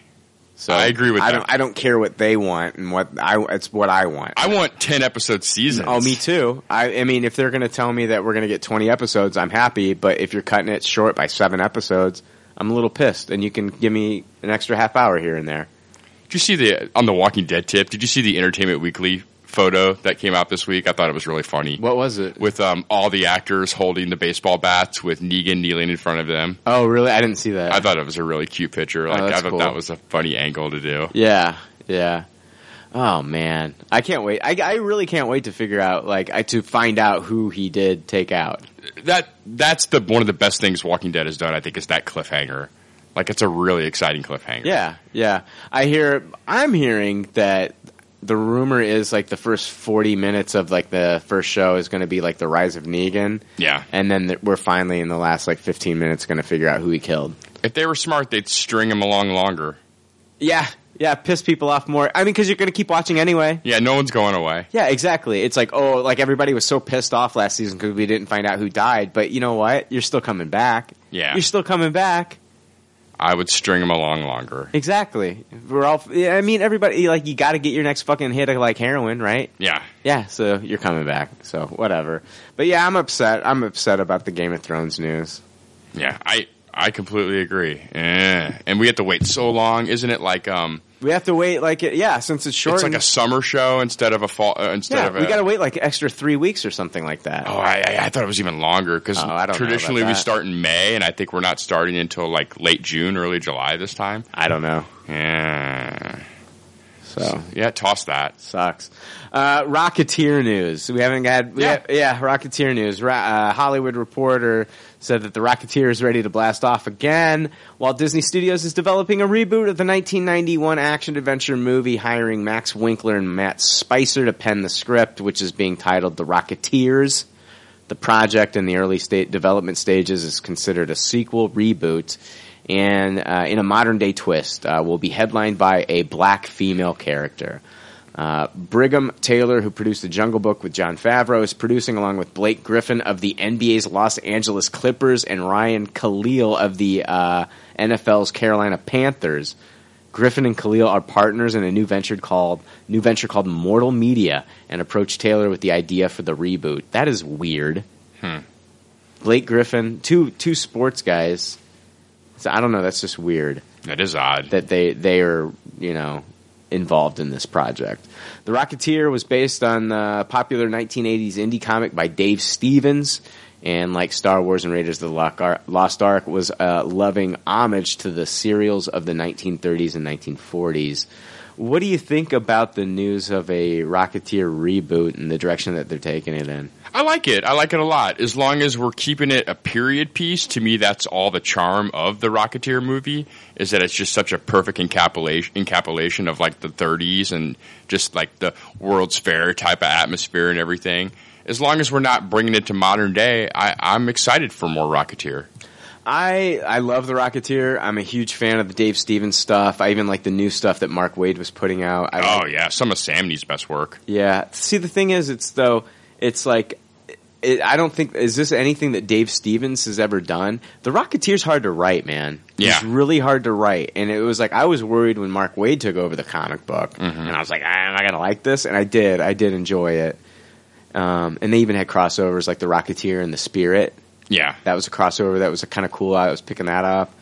So I agree with I that. don't. I don't care what they want and what I. It's what I want. I want ten episode seasons. Oh, me too. I, I mean, if they're going to tell me that we're going to get 20 episodes, I'm happy. But if you're cutting it short by seven episodes, I'm a little pissed. And you can give me an extra half hour here and there. Did you see the on the Walking Dead tip? Did you see the Entertainment Weekly photo that came out this week? I thought it was really funny What was it? with um, all the actors holding the baseball bats with Negan kneeling in front of them. Oh, really? I didn't see that. I thought it was a really cute picture. Like Oh, that's I thought cool. that was a funny angle to do. yeah, yeah. Oh man, I can't wait. I, I really can't wait to figure out, like, I, to find out who he did take out. That that's the one of the best things Walking Dead has done. I think is that cliffhanger. Like it's a really exciting cliffhanger. Yeah, yeah. I hear. I'm hearing that the rumor is like the first 40 minutes of like the first show is going to be like the rise of Negan. yeah. and then th- we're finally in the last like 15 minutes going to figure out who he killed. If they were smart, they'd string him along longer. Yeah, yeah, piss people off more. I mean, because you're going to keep watching anyway. Yeah, no one's going away. Yeah, exactly. It's like oh, like everybody was so pissed off last season because we didn't find out who died. But you know what? You're still coming back. Yeah, You're still coming back. I would string him along longer. Exactly. We're all. Yeah, I mean, everybody. Like, you got to get your next fucking hit of like heroin, right? Yeah, Yeah. So you're coming back. So whatever. But yeah, I'm upset. I'm upset about the Game of Thrones news. yeah, I I completely agree. Eh. And we have to wait so long, isn't it? Like um, We have to wait. Like, it, yeah, since it's short. it's like a summer show instead of a fall. Uh, instead yeah, of a, we got to wait like extra three weeks or something like that. Oh, I, I- I thought it was even longer because Oh, I don't know traditionally about we that. start in May, and I think we're not starting until like late June, early July this time. I don't know. Yeah, So yeah, toss that. sucks. Uh, Rocketeer news. We haven't had. We Yeah. yeah. yeah, Rocketeer news. Ra- uh, Hollywood Reporter said that the Rocketeer is ready to blast off again. While Disney Studios is developing a reboot of the 1991 action adventure movie, hiring Max Winkler and Matt Spicer to pen the script, which is being titled The Rocketeers. The project in the early state development stages is considered a sequel reboot, and uh, in a modern day twist, uh, will be headlined by a black female character. Uh, Brigham Taylor, who produced The Jungle Book with John Favreau, is producing along with Blake Griffin of the NBA's Los Angeles Clippers and Ryan Khalil of the uh, NFL's Carolina Panthers. Griffin and Khalil are partners in a new venture called new venture called Mortal Media, and approached Taylor with the idea for the reboot. That is weird. Blake Griffin, two two sports guys. So I don't know. That's just weird That is odd. that they they are you know involved in this project. The Rocketeer was based on the popular 1980s indie comic by Dave Stevens, and like Star Wars and Raiders of the Lock- Ar- Lost Ark, was a loving homage to the serials of the 1930s and 1940s. What do you think about the news of a Rocketeer reboot and the direction that they're taking it in? I like it. I like it a lot. As long as we're keeping it a period piece, to me, that's all the charm of the Rocketeer movie is that it's just such a perfect encapsulation, encapsulation of like the 30s and just like the World's Fair type of atmosphere and everything. As long as we're not bringing it to modern day, I, I'm excited for more Rocketeer. I I love the Rocketeer. I'm a huge fan of the Dave Stevens stuff. I even like the new stuff that Mark Wade was putting out. I like Oh yeah, some of Samney's best work. Yeah. See, the thing is, it's though, it's like, it, I don't think is this anything that Dave Stevens has ever done. The Rocketeer's hard to write, man. Yeah. it's really hard to write, and it was like I was worried when Mark Wade took over the comic book, and I was like, "Ah, am I gonna like this? And I did. I did enjoy it. Um, and they even had crossovers like the Rocketeer and the Spirit. Yeah, That was a crossover that was kind of cool. I was picking that up.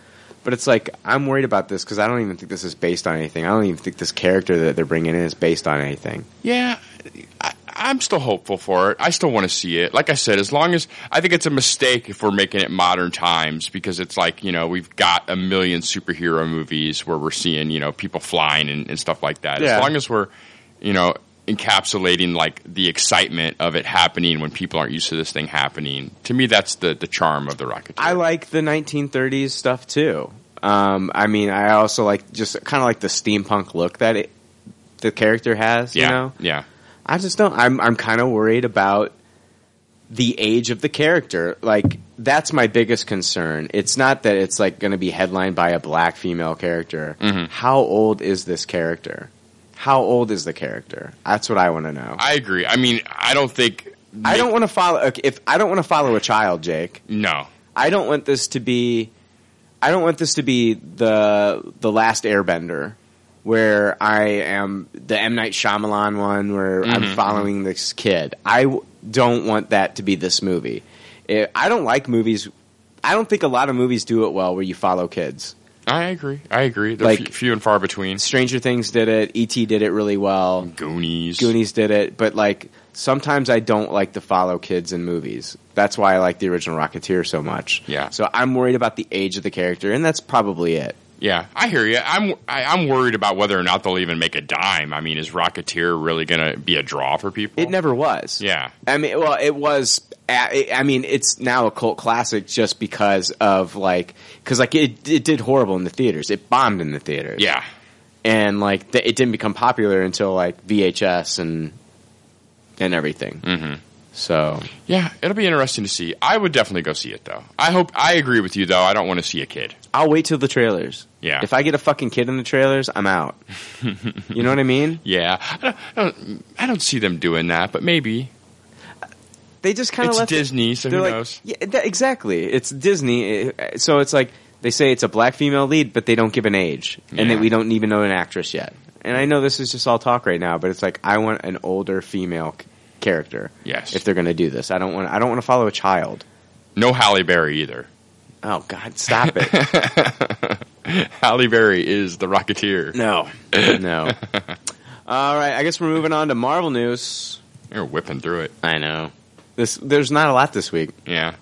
But it's like I'm worried about this because I don't even think this is based on anything. I don't even think this character that they're bringing in is based on anything. Yeah, I, I'm still hopeful for it. I still want to see it. Like I said, as long as I think it's a mistake if we're making it modern times because it's like you know we've got a million superhero movies where we're seeing you know people flying and, and stuff like that. Yeah. As long as we're you know encapsulating like the excitement of it happening when people aren't used to this thing happening. To me, that's the the charm of the Rocketeer. I like the 1930s stuff too. Um, I mean, I also like just kind of like the steampunk look that it, the character has. yeah, You know, yeah. I just don't. I'm I'm kind of worried about the age of the character. Like that's my biggest concern. It's not that it's like going to be headlined by a black female character. How old is this character? How old is the character? That's what I want to know. I agree. I mean, I don't think I don't want to follow okay, if I don't want to follow a child, Jake. no. I don't want this to be I don't want this to be the the last airbender where I am the M Night Shyamalan one where I'm following this kid. I w- don't want that to be this movie. It, I don't like movies I don't think a lot of movies do it well where you follow kids. I agree. I agree. They're Like- fe- few and far between. Stranger Things did it, E.T. did it really well. Goonies. Goonies did it, but like sometimes I don't like to follow kids in movies. That's why I like the original Rocketeer so much. Yeah. So I'm worried about the age of the character, and that's probably it. Yeah, I hear you. I'm I, I'm worried about whether or not they'll even make a dime. I mean, is Rocketeer really going to be a draw for people? It never was. Yeah. I mean, well, it was. I I mean, it's now a cult classic just because of like, because like it, it did horrible in the theaters. It bombed in the theaters. Yeah. And like, th- it didn't become popular until like VHS and and everything. Mm-hmm. So Yeah, it'll be interesting to see. I would definitely go see it though. I hope I agree with you though. I don't want to see a kid. I'll wait till the trailers. Yeah. If I get a fucking kid in the trailers, I'm (laughs) out. you know what I mean? Yeah, I don't, I don't, I don't see them doing that, but maybe They just kind of it's left. it- Disney, so they're who like, knows? yeah, that- exactly. It's Disney, eh, so it's like they say it's a black female lead, but they don't give an age, and Yeah. that we don't even know an actress yet. And I know this is just all talk right now, but it's like I want an older female c- character. Yes. If they're going to do this, I don't want. I don't want to follow a child. No Halle Berry either. Oh God, stop (laughs) it! Halle Berry is the Rocketeer. no, (laughs) no. All right, I guess we're moving on to Marvel news. You're whipping through it. I know. This there's not a lot this week. Yeah.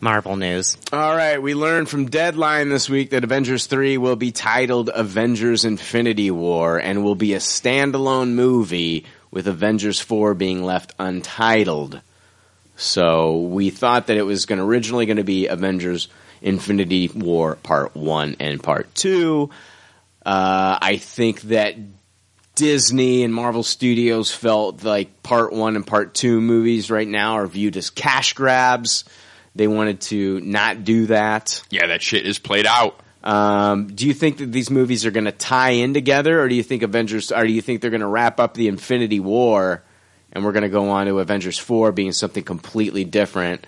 Marvel news. All right, we learned from Deadline this week that Avengers 3 will be titled Avengers Infinity War and will be a standalone movie with Avengers 4 being left untitled. So, we thought that it was going originally going to be Avengers Infinity War Part 1 and Part 2. Uh, I think that Disney and Marvel Studios felt like part one and part two movies right now are viewed as cash grabs. They wanted to not do that. Yeah, that shit is played out. Um, do you think that these movies are going to tie in together, or do you think Avengers, or do you think they're going to wrap up the Infinity War and we're going to go on to Avengers Four being something completely different?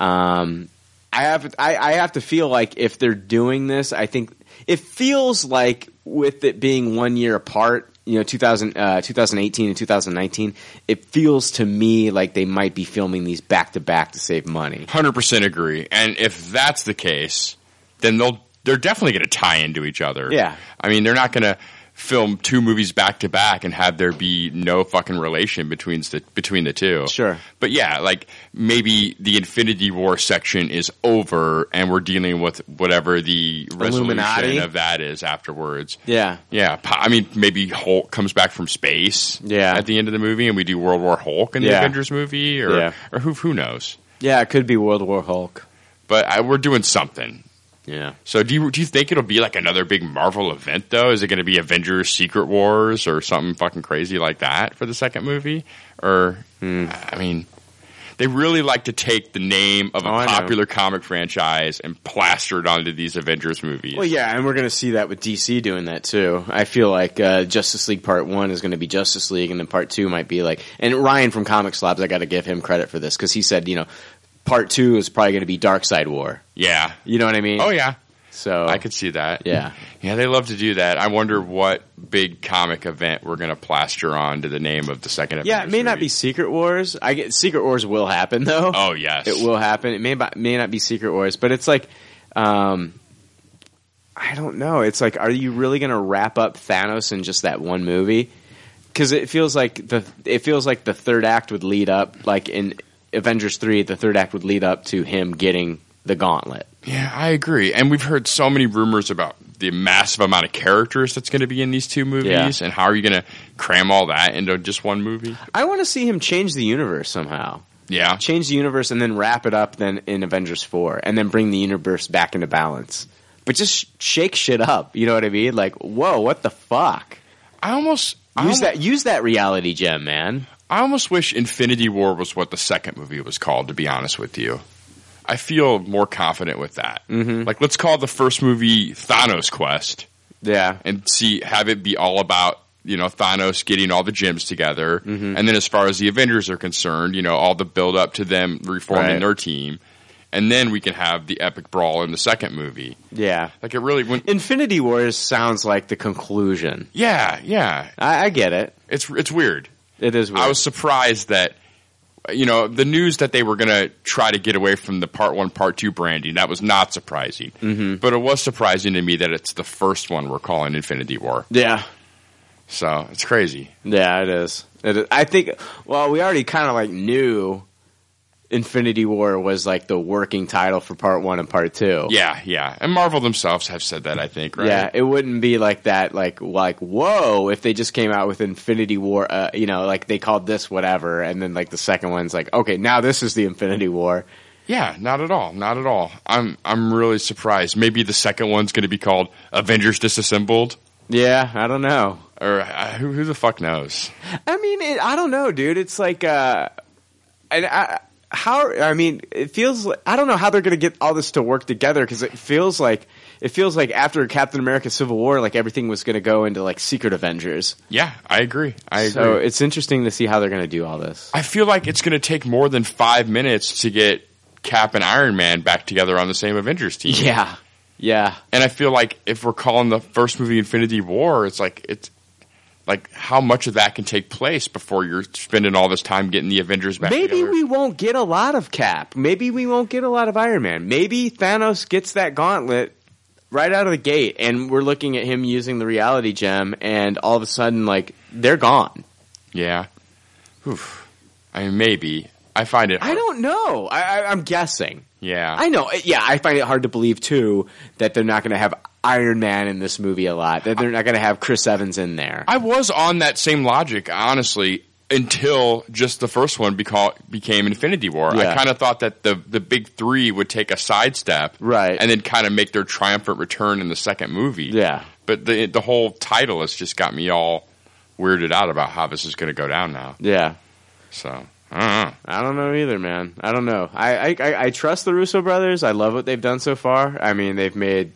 Um, I have, I, I have to feel like if they're doing this, I think it feels like with it being one year apart, you know, 2000, uh, 2018 and 2019, it feels to me like they might be filming these back to back to save money. Hundred percent agree. And if that's the case, then they'll they're definitely going to tie into each other. Yeah. I mean, they're not going to film two movies back to back and have there be no fucking relation between the between the two. Sure. But yeah, like maybe the Infinity War section is over and we're dealing with whatever the resolution Illuminati? of that is afterwards. Yeah. Yeah, po- I mean, maybe Hulk comes back from space. Yeah. at the end of the movie, and we do World War Hulk in the Yeah. Avengers movie, or Yeah. or who who knows? Yeah. It could be World War Hulk. But I, we're doing something. Yeah. So do you do you think it'll be like another big Marvel event though? Is it going to be Avengers Secret Wars or something fucking crazy like that for the second movie? Or Hmm. I mean, they really like to take the name of a Oh, I know. popular comic franchise and plaster it onto these Avengers movies. Well, yeah, and we're going to see that with DC doing that too. I feel like uh, Justice League Part One is going to be Justice League, and then Part Two might be like. And Ryan from Comic Slabs, I got to give him credit for this because he said, you know, Part Two is probably going to be Dark Side War. yeah. You know what I mean? Oh yeah. So I could see that. Yeah. Yeah, they love to do that. I wonder what big comic event we're going to plaster on to the name of the second Yeah, it Avengers may not movie. be Secret Wars. I get Secret Wars will happen though. Oh, yes. it will happen. It may not, may not be Secret Wars, but it's like, um, I don't know. It's like, are you really going to wrap up Thanos in just that one movie? Because it feels like the it feels like the third act would lead up, like in Avengers three, the third act would lead up to him getting the gauntlet. Yeah, I agree. And we've heard so many rumors about the massive amount of characters that's going to be in these two movies, Yeah. and how are you going to cram all that into just one movie? I want to see him change the universe somehow. Yeah, Change the universe and then wrap it up then in Avengers 4 and then bring the universe back into balance. But just sh- shake shit up, you know what I mean? Like, whoa, what the fuck? I almost I Use almost, that use that reality gem, man. I almost wish Infinity War was what the second movie was called. To be honest with you, I feel more confident with that. Mm-hmm. Like, let's call the first movie Thanos Quest. Yeah. and see have it be all about you know Thanos getting all the gems together, and then as far as the Avengers are concerned, you know all the build up to them reforming Right. their team, and then we can have the epic brawl in the second movie. Yeah. Like it really went. Infinity Wars sounds like the conclusion. yeah, yeah. I, I get it. It's it's weird. It is weird. I was surprised that you know the news that they were going to try to get away from the part one, part two branding. That was not surprising, mm-hmm. but it was surprising to me that it's the first one we're calling Infinity War. yeah. So it's crazy. Yeah, it is. It is. I think. Well, we already kind of like knew Infinity War was like the working title for part one and part two. Yeah, yeah. And Marvel themselves have said that, I think, right? Yeah, it wouldn't be like that, like like whoa, if they just came out with Infinity War, uh, you know, like they called this whatever, and then like the second one's like, okay, now this is the Infinity War. Yeah, not at all. Not at all. I'm I'm really surprised. Maybe the second one's going to be called Avengers Disassembled Yeah, I don't know. or uh, who, who the fuck knows. I mean, it, I don't know, dude. It's like, uh, and I, how? I mean, it feels. Like, I don't know how they're going to get all this to work together because it feels like it feels like after Captain America: Civil War, like everything was going to go into like Secret Avengers. Yeah, I agree. I agree. So it's interesting to see how they're going to do all this. I feel like it's going to take more than 5 minutes to get Cap and Iron Man back together on the same Avengers team. Yeah, yeah, And I feel like if we're calling the first movie Infinity War, it's like it's like how much of that can take place before you're spending all this time getting the Avengers back Maybe together. we won't get a lot of Cap. Maybe we won't get a lot of Iron Man. Maybe Thanos gets that gauntlet right out of the gate, and we're looking at him using the reality gem, and all of a sudden, like they're gone. Yeah. Oof. I mean, maybe. I find it. I don't know. I, I, I'm guessing. Yeah. I know. Yeah, I find it hard to believe too that they're not going to have Iron Man in this movie a lot. That they're not going to have Chris Evans in there. I was on that same logic, honestly, until just the first one beca- became Infinity War. I Yeah. kind of thought that the the big three would take a sidestep, Right. and then kind of make their triumphant return in the second movie. yeah. But the the whole title has just got me all weirded out about how this is going to go down now. Yeah. So. I don't know. I don't know either, man. I don't know. I, I- I I trust the Russo brothers. I love what they've done so far. I mean, they've made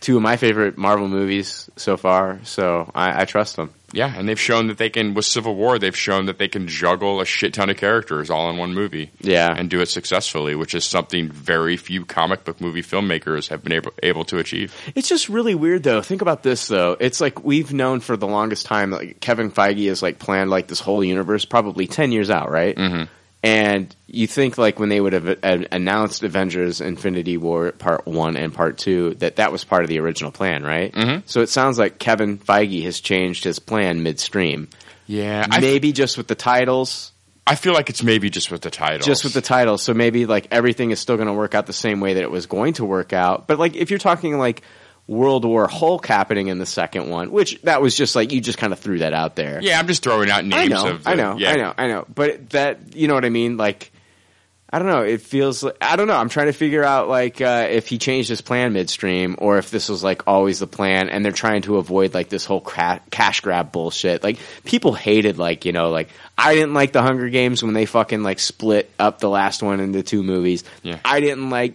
two of my favorite Marvel movies so far, so I, I trust them. Yeah, and they've shown that they can with Civil War, they've shown that they can juggle a shit ton of characters all in one movie. Yeah. and do it successfully, which is something very few comic book movie filmmakers have been able, able to achieve. It's just really weird though. Think about this though. It's like we've known for the longest time like Kevin Feige has like planned like this whole universe probably 10 years out, right? Mm-hmm. And you think like when they would have uh, announced Avengers Infinity War part 1 and part 2 that that was part of the original plan, right? Mm-hmm. So it sounds like Kevin Feige has changed his plan midstream. Yeah, I, maybe just with the titles, I feel like it's maybe just with the title. just with the titles. So maybe like everything is still going to work out the same way that it was going to work out. But like if you're talking like World War Hulk happening in the second one, which that was just like you just kind of threw that out there. yeah, I'm just throwing out names. I know, of the, I know, yeah. I know, I know. But that you know what I mean? Like I don't know. It feels like, I don't know. I'm trying to figure out like uh, if he changed his plan midstream or if this was like always the plan and they're trying to avoid like this whole cra- cash grab bullshit. Like people hated like, you know, like I didn't like the Hunger Games when they fucking like split up the last one into two movies. Yeah. I didn't like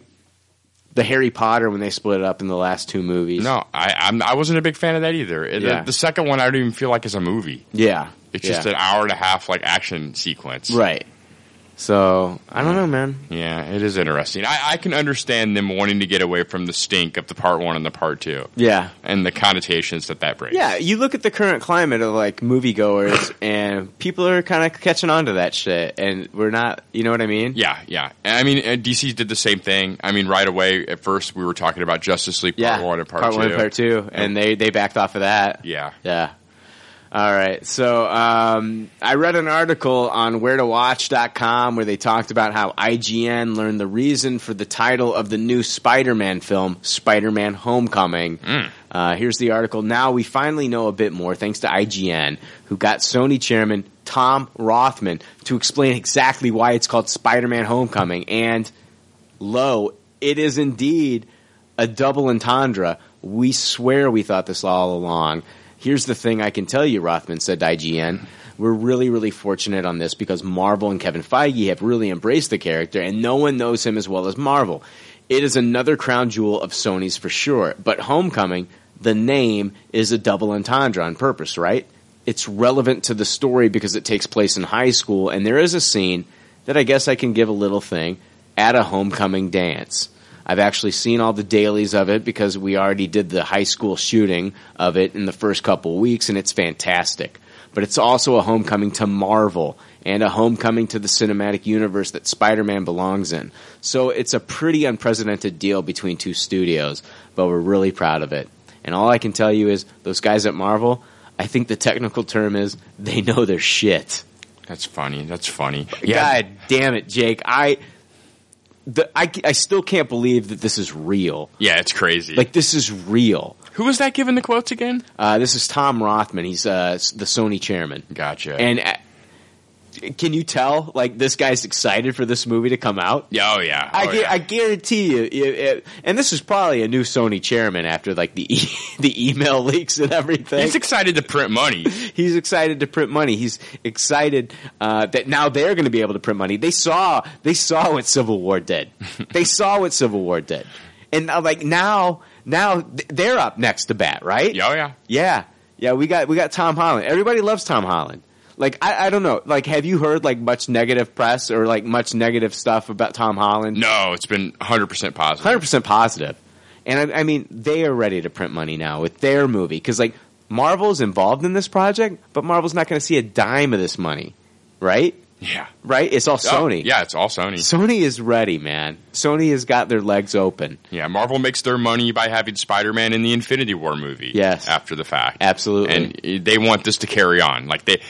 the Harry Potter when they split it up in the last two movies. No, I I'm, I wasn't a big fan of that either. It- Yeah. The, the second one, I don't even feel like is a movie. Yeah. It's just Yeah. an hour and a half like action sequence. right. So, I don't know, man. Yeah, it is interesting. I, I can understand them wanting to get away from the stink of the part one and the part two, Yeah. and the connotations that that brings. Yeah, you look at the current climate of like moviegoers, and people are kind of catching on to that shit, and we're not. You know what I mean? Yeah, yeah. And, I mean, and DC did the same thing. I mean, right away at first we were talking about Justice League Part One and Part, Two. one and part two, and they they backed off of that. Yeah. yeah. All right. So um, I read an article on wheretowatch.com where they talked about how IGN learned the reason for the title of the new Spider Man film, Spider Man Homecoming. Hmm. Uh, here's the article. Now we finally know a bit more thanks to IGN, who got Sony chairman Tom Rothman to explain exactly why it's called Spider Man Homecoming. And lo, it is indeed a double entendre. We swear we thought this all along. Here's the thing I can tell you, Rothman said to IGN. We're really, really fortunate on this because Marvel and Kevin Feige have really embraced the character, and no one knows him as well as Marvel. It is another crown jewel of Sony's for sure. But Homecoming, the name, is a double entendre on purpose, right? It's relevant to the story because it takes place in high school, and there is a scene that I guess I can give a little thing at a homecoming dance. I've actually seen all the dailies of it because we already did the high school shooting of it in the first couple weeks, and it's fantastic. But it's also a homecoming to Marvel and a homecoming to the cinematic universe that Spider Man belongs in. So it's a pretty unprecedented deal between two studios, but we're really proud of it. And all I can tell you is those guys at Marvel, I think the technical term is they know their shit. That's funny. That's funny. God damn it, Jake. I the, I, I still can't believe that this is real. Yeah, it's crazy. Like this is real. who was that giving the quotes again? Uh, this is Tom Rothman. He's uh, s- the Sony chairman. Gotcha. And uh, can you tell? Like this guy's excited for this movie to come out. Yeah, oh yeah, I, Oh, gu- yeah. I guarantee you, it- it- and this is probably a new Sony chairman after like the e- (laughs) the email leaks and everything. He's excited to (laughs) print money. He's excited to print money. He's excited uh, that now they're going to be able to print money. They saw they saw what Civil War (laughs) did. they saw what Civil War did, and uh, like now now th- they're up next to bat, right? Yeah, oh, yeah. yeah, yeah. We got we got Tom Holland. Everybody loves Tom Holland. Like I, I don't know. Like have you heard like much negative press or like much negative stuff about Tom Holland? No, it's been 100% positive. hundred percent positive. And I, I mean, they are ready to print money now with their movie because like Marvel's involved in this project, but Marvel's not going to see a dime of this money, right? Yeah. Right? It's all Oh, Sony. yeah, it's all Sony. Sony is ready, man. Sony has got their legs open. Yeah, Marvel makes their money by having Spider-Man in the Infinity War movie. Yes. after the fact, Absolutely. and they want this to carry on. Like they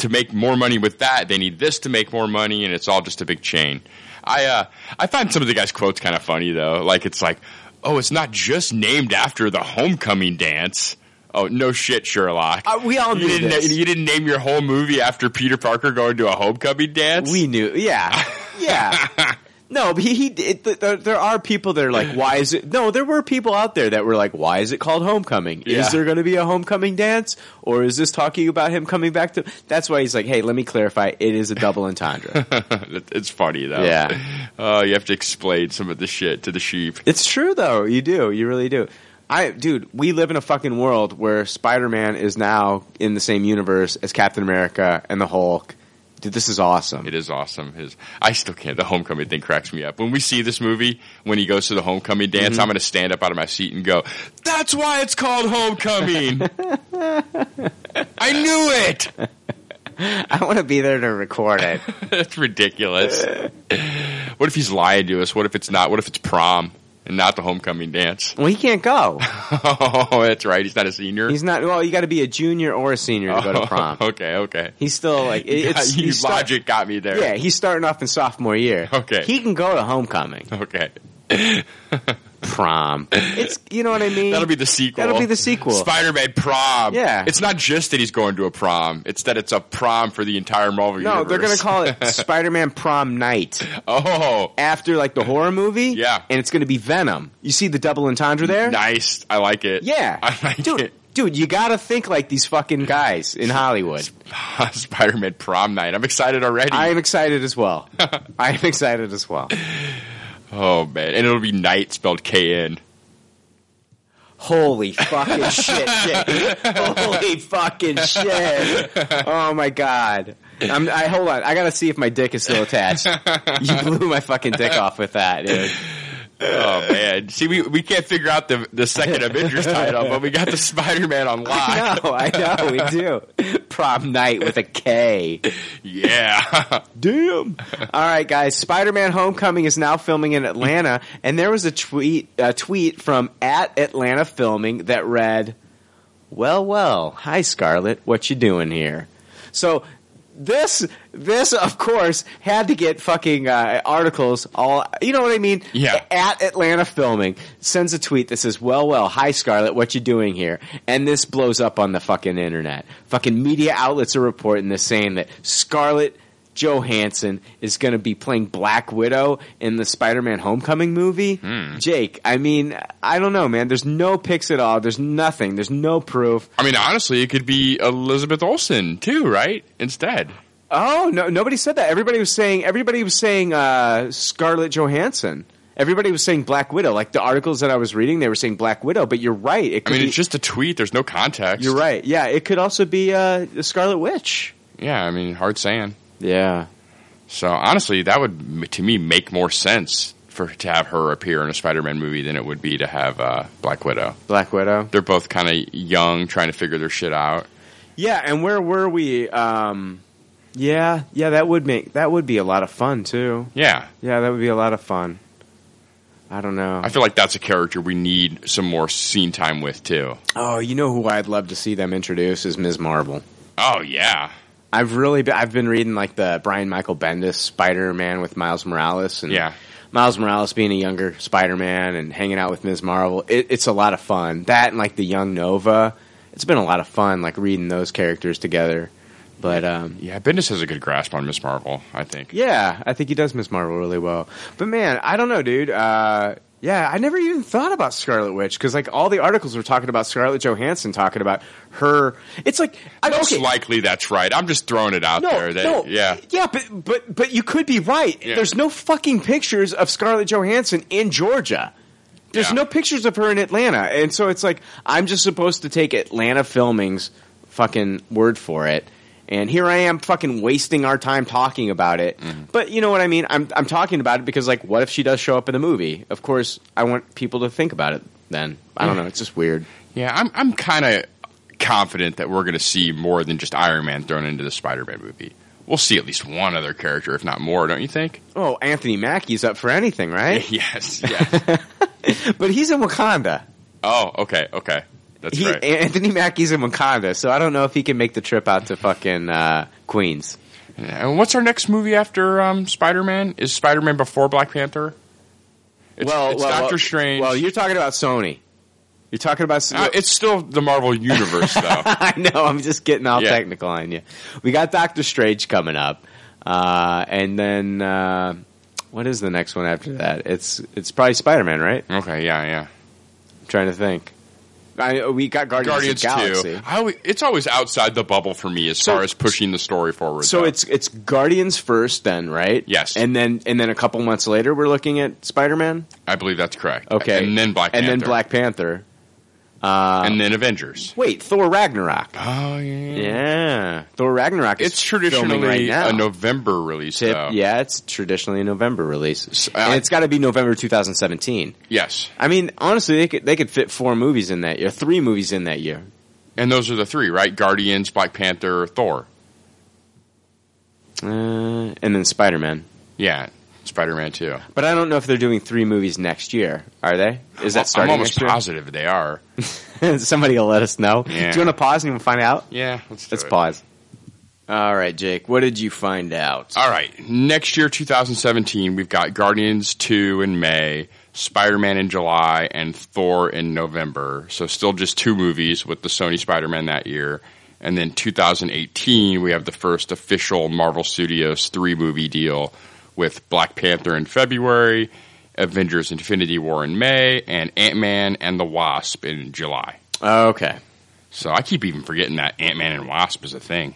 to make more money with that, they need this to make more money, and it's all just a big chain. I uh, I find some of the guys' quotes kind of funny though. Like it's like, oh, it's not just named after the homecoming dance. Oh no, shit, Sherlock. Uh, we all you knew didn't, this. you didn't name your whole movie after Peter Parker going to a homecoming dance. (laughs) We knew, yeah, yeah. No, but he, he it, th- there, there are people that are like, why is it? No, there were people out there that were like, why is it called homecoming? Yeah. Is there going to be a homecoming dance, or is this talking about him coming back to? That's why he's like, hey, let me clarify. It is a double (laughs) entendre. it's funny though. Yeah. Oh, you have to explain some of the shit to the sheep. it's true though. You do. You really do. I, dude, we live in a fucking world where Spider-Man is now in the same universe as Captain America and the Hulk. Dude, this is awesome. It is awesome. His I still can't. The homecoming thing cracks me up. When we see this movie, when he goes to the homecoming dance, Mm-hmm. I'm going to stand up out of my seat and go, "That's why it's (laughs) called homecoming." I knew it. I want to be there to record it. That's ridiculous. what if he's lying to us? What if it's not? What if it's prom and not the homecoming dance? (laughs) well, he can't go. oh, that's right. He's not a senior. He's not. Well, you got to be a junior or a senior to go to prom. Oh, (laughs) okay, okay. He's still like it- it's (laughs) you he's start- logic got me there. yeah, he's starting off in sophomore year. Okay. he can go to homecoming, Okay. prom. It's you know what I mean. That'll be the sequel. That'll be the sequel. Spider-Man prom. Yeah. It's not just that he's going to a prom. It's that it's a prom for the entire Marvel no, universe. they're gonna call it Spider-Man Prom Night (laughs) Oh, after like the horror movie. Yeah. and it's gonna be Venom. You see the double entendre there? nice. I like it. Yeah, (laughs) I like dude, it. dude, you gotta think like these fucking guys in Hollywood. Spider-Man prom night. I'm excited already. I am excited as (laughs) well. I am excited as well. oh man, and it'll be night spelled K N. Holy fucking shit, Jake. Holy fucking shit. Oh my god. I'm, I hold on. I gotta see if my dick is still attached. You blew my fucking dick off with that, dude. (laughs) Oh man, see we we can't figure out the the second Avengers title, but we got the Spider-Man on I lock. know, I know, we do. Prom night with a K. Yeah. (laughs) Damn. All right, guys. Spider-Man: Homecoming is now filming in Atlanta, and there was a tweet a tweet from at Atlanta Filming that read, "Well, well, hi Scarlet, what you doing here?" So this this of course had to get fucking uh, articles all you know what I mean Yeah. at Atlanta filming sends a tweet that says well well hi Scarlett what you doing here and this blows up on the fucking internet fucking media outlets are reporting this saying that Scarlett Johansson is going to be playing Black Widow in the Spider-Man Homecoming movie Jake I mean I don't know man there's no pics at all there's nothing there's no proof I mean, honestly, it could be Elizabeth Olsen too, right? Instead, Oh no! Nobody said that. Everybody was saying. Everybody was saying uh, Scarlett Johansson. Everybody was saying Black Widow. Like the articles that I was reading, they were saying Black Widow. But you're right. It I could mean, be, it's just a tweet. There's no context. you're right. Yeah, it could also be uh, the Scarlet Witch. Yeah, I mean, hard saying. Yeah, So honestly, that would m- to me make more sense for to have her appear in a Spider-Man movie than it would be to have uh, Black Widow. Black Widow. They're both kind of young, trying to figure their shit out. Yeah, and where were we? Um, yeah, yeah, that would make that would be a lot of fun too. Yeah, Yeah, that would be a lot of fun. I don't know. I feel like that's a character we need some more scene time with too. oh, you know who I'd love to see them introduce is Ms. Marvel. Oh yeah, I've really been, I've been reading like the Brian Michael Bendis Spider Man with Miles Morales and Yeah. Miles Morales being a younger Spider Man and hanging out with Ms. Marvel. It, it's a lot of fun. That and like the young Nova. It's been a lot of fun like reading those characters together. But um, yeah. Bendis has a good grasp on Miss Marvel. I think. yeah, I think he does Miss Marvel really well. But man, I don't know, dude. Uh, yeah, I never even thought about Scarlet Witch because like all the articles were talking about Scarlett Johansson talking about her. It's like I don't Most likely that's right. I'm just throwing it out no, there. That, no, Yeah. yeah, but but but you could be right. Yeah. There's no fucking pictures of Scarlett Johansson in Georgia. There's Yeah. no pictures of her in Atlanta, and so it's like I'm just supposed to take Atlanta filming's fucking word for it. And here I am, fucking wasting our time talking about it. Mm-hmm. But you know what I mean? I'm I'm talking about it because like, what if she does show up in the movie? Of course, I want people to think about it. Then I don't know. It's just weird. Yeah, I'm I'm kind of confident that we're going to see more than just Iron Man thrown into the Spider-Man movie. We'll see at least one other character, if not more, don't (laughs) you think? Oh, Anthony Mackie's up for anything, (laughs) right? yes, yes. but he's in Wakanda. oh, okay, okay. That's he, right. Anthony Mackie's in Wakanda, so I don't know if he can make the trip out to fucking uh, Queens. And what's our next movie after um, Spider-Man? Is Spider-Man before Black Panther? It's, it's Doctor Strange. Well, you're talking about Sony. You're talking about. Uh, it's still the Marvel universe, though. (laughs) (laughs) I know. I'm just getting all Yeah. technical on you. We got Doctor Strange coming up, uh, and then uh, what is the next one after that? It's it's probably Spider Man, right? okay, yeah, yeah. I'm trying to think. I, we got Guardians, Guardians of the Galaxy. Two. I always, it's always outside the bubble for me as So- far as pushing the story forward. So though. it's it's Guardians first, then right? Yes. and then and then a couple months later, we're looking at Spider Man. I believe that's correct. Okay. and then Black and Panther. then Black Panther. Uh, and then Avengers. Wait, Thor Ragnarok. Oh yeah, Oh. Yeah, Thor Ragnarok. Is It's traditionally filming right now. a November release. Tip- though. yeah, it's traditionally a November release, So, and I- it's got to be November 2017. Yes, I mean, honestly, they could they could fit four movies in that year, three movies in that year. and those are the three, right? Guardians, Black Panther, Thor. Uh, and then Spider Man. Yeah, Spider Man too. But I don't know if they're doing three movies next year. Are they? Is that I'm starting almost next positive they are. year? (laughs) Somebody will let us know. Yeah. Do you want to pause and we'll find out? Yeah, let's do Let's it. pause. All right, Jake. What did you find out? All right, next year, 2017, we've got Guardians two in May, Spider Man in July, and Thor in November. So still just two movies with the Sony Spider Man that year. And then 2018, we have the first official Marvel Studios three movie deal with Black Panther in February, Avengers Infinity War in May, and Ant Man and the Wasp in July. Okay. So I keep even forgetting that Ant Man and Wasp is a thing.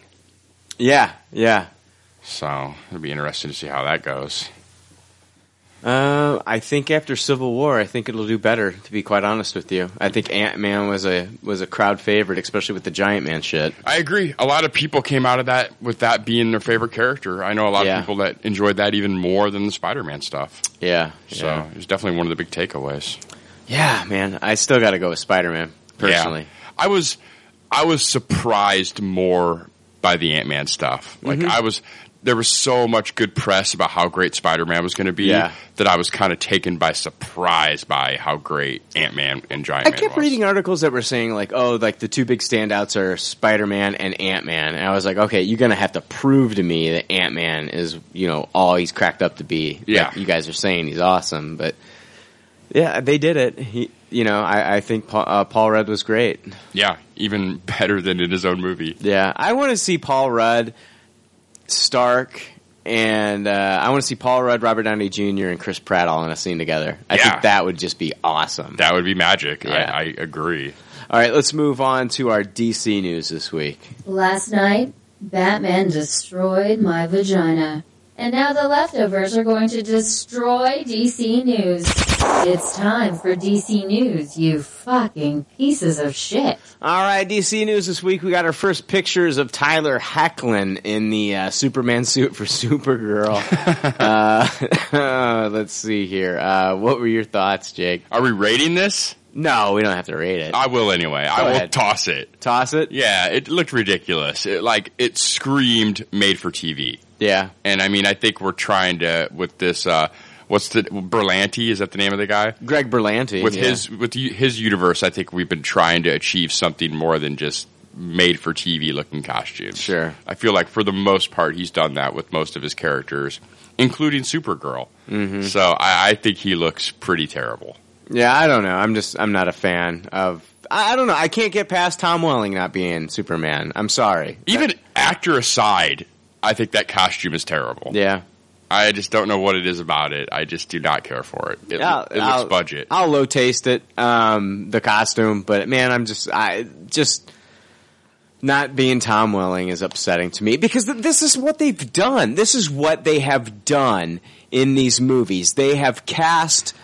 Yeah. Yeah. So it'll be interesting to see how that goes. Uh, I think after Civil War, I think it'll do better. To be quite honest with you, I think Ant Man was a was a crowd favorite, especially with the Giant Man shit. I agree. A lot of people came out of that with that being their favorite character. I know a lot Yeah. of people that enjoyed that even more than the Spider-Man stuff. Yeah, So yeah. it was definitely one of the big takeaways. yeah, man. I still got to go with Spider Man personally. Yeah. I Mm-hmm. was I was surprised more by the Ant Man stuff. Like I was there was so much good press about how great Spider Man was going to be Yeah. that I was kind of taken by surprise by how great Ant Man and Giant I Man kept was. reading articles that were saying like, oh, like the two big standouts are Spider Man and Ant Man, and I was like, okay, you're gonna have to prove to me that Ant Man is you know all he's cracked up to be. Yeah. Like, you guys are saying he's awesome, but yeah, they did it. He, you know, I, I think Paul, uh, Paul Rudd was great. Yeah, even (laughs) better than in his own movie. Yeah, I want to see Paul Rudd, Stark, and uh, I want to see Paul Rudd, Robert Downey Jr., and Chris Pratt all in a scene together. I Yeah. think that would just be awesome. That would be magic. Yeah. I, I agree. all right, let's move on to our DC news this week. Last night, Batman destroyed my vagina. And now the leftovers are going to destroy DC News. It's time for DC News, you fucking pieces of shit. All right, DC news this week. We got our first pictures of Tyler Hecklin in the uh, Superman suit for (laughs) (laughs) Supergirl. uh, (laughs) let's see here. Uh, what were your thoughts, Jake? Are we rating this? No, we don't have to rate it. I will anyway. I Go will ahead. toss it. Toss it. Yeah, it looked ridiculous. It, like it screamed made for TV. Yeah. And I mean, I think we're trying to with this. Uh, what's the Berlanti? Is that the name of the guy? Greg Berlanti With yeah. his with u- his universe, I think we've been trying to achieve something more than just made for TV looking costumes. Sure. I feel like for the most part, he's done that with most of his characters, including Supergirl. Mm-hmm. So I, I think he looks pretty terrible. Yeah, I don't know. I'm just I'm not a fan of. I, I don't know. I can't get past Tom Welling not being Superman. I'm sorry. Even actor aside, I think that costume is terrible. Yeah. I just don't know what it is about it. I just do not care for it. It, I'll- it I'll- looks budget. I'll low taste it, um, the costume, but man, I'm just, I just not being Tom Welling is upsetting to me because th- this is what they've done. This is what they have done in these movies. They have cast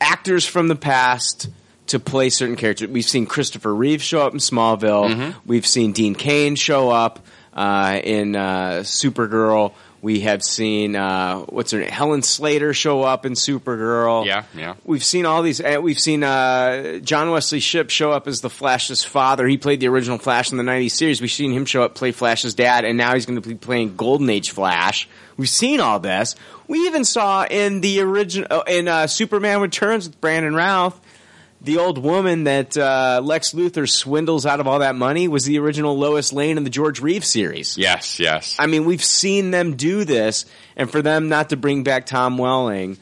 actors from the past to play certain characters. We've seen Christopher Reeve show up in Smallville. We've seen Dean Kane show up uh, in uh, Supergirl. We have seen uh, what's her name, Helen Slater show up in Supergirl. Yeah, yeah. We've seen all these. Uh, we've seen uh, John Wesley Shipp show up as the Flash's father. He played the original Flash in the '90s series. We've seen him show up play Flash's dad, and now he's going to be playing Golden Age Flash. We've seen all this. We even saw in the original in uh, Superman Returns with Brandon Routh. The old woman that uh, Lex Luthor swindles out of all that money was the original Lois Lane in the George Reeves series. yes, yes. I mean, we've seen them do this, and for them not to bring back Tom Welling,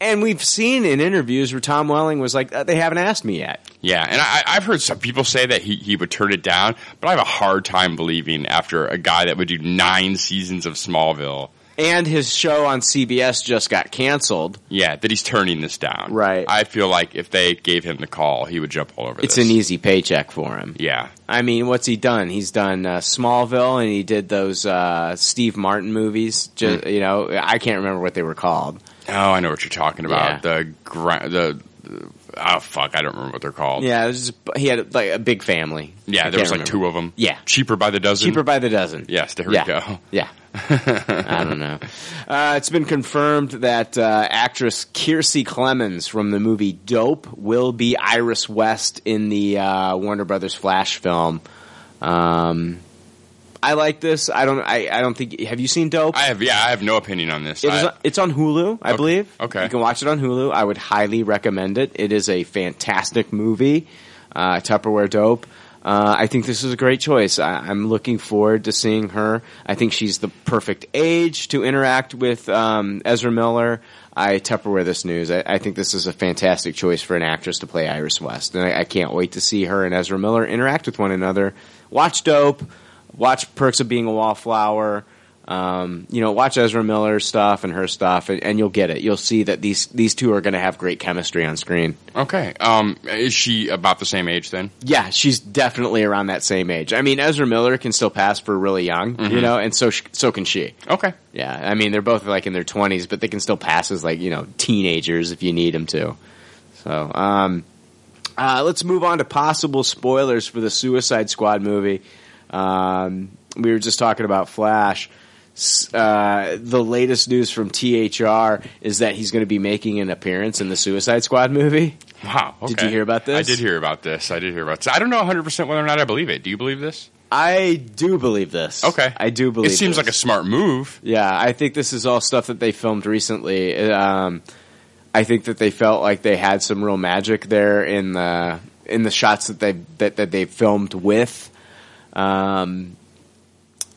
and we've seen in interviews where Tom Welling was like, "Uh, "They haven't asked me yet." yeah, and I, I've heard some people say that he, he would turn it down, but I have a hard time believing after a guy that would do nine seasons of Smallville, And his show on CBS just got canceled. yeah, that he's turning this down. Right. I feel like if they gave him the call, he would jump all over It's this. an easy paycheck for him. Yeah. I mean, what's he done? He's done uh, Smallville, and he did those uh, Steve Martin movies. Hmm. Just, You know, I can't remember what they were called. Oh, I know what you're talking about. Yeah. The gr- the the- oh fuck, I don't remember what they're called. Yeah, it was just- he had like a big family. Oh. Yeah, I there was can't like remember. two of them. Yeah. cheaper by the dozen. Cheaper by the dozen. Yes, there yeah. we go. Yeah. (laughs) I don't know. Uh, it's been confirmed that uh, actress Kiersey Clemens from the movie Dope will be Iris West in the uh, Warner Brothers Flash film. Um, I like this. I don't. I, I don't think. Have you seen Dope? I have yeah, I have no opinion on this. It is, I- it's on Hulu, I Okay, believe. okay. You can watch it on Hulu. I would highly recommend it. It is a fantastic movie, uh, Tupperware Dope. Uh, I think this is a great choice. I, I'm looking forward to seeing her. I think she's the perfect age to interact with um, Ezra Miller. I Tupperware this news. I, I think this is a fantastic choice for an actress to play Iris West, and I, I can't wait to see her and Ezra Miller interact with one another. Watch Dope. Watch Perks of Being a Wallflower um, you know, watch Ezra Miller's stuff and her stuff, and, and you'll get it. You'll see that these these two are going to have great chemistry on screen. Okay. Um, is she about the same age then? Yeah, she's definitely around that same age. I mean, Ezra Miller can still pass for really young, you know, and so sh- so can she. Okay. Yeah, I mean, they're both like in their twenties, but they can still pass as like you know teenagers if you need them to. So, um, uh, let's move on to possible spoilers for the Suicide Squad movie. Um, we were just talking about Flash. S- Uh, the latest news from THR is that he's going to be making an appearance in the Suicide Squad movie. Wow. Did okay. you hear about this? I did hear about this. I did hear about this. I don't know 100 percent whether or not I believe it. Do you believe this? I do believe this. Okay, I do believe. It seems like a smart move. Yeah, I think this is all stuff that they filmed recently. Um, I think that they felt like they had some real magic there in the in the shots that they that, that they filmed with um,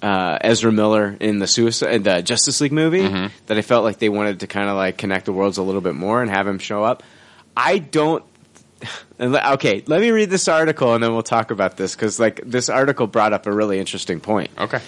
uh, Ezra Miller in the Suicide the Justice League movie. That I felt like they wanted to kind of like connect the worlds a little bit more and have him show up. I don't and le- okay, let me read this article and then we'll talk about this because like this article brought up a really interesting point. Okay.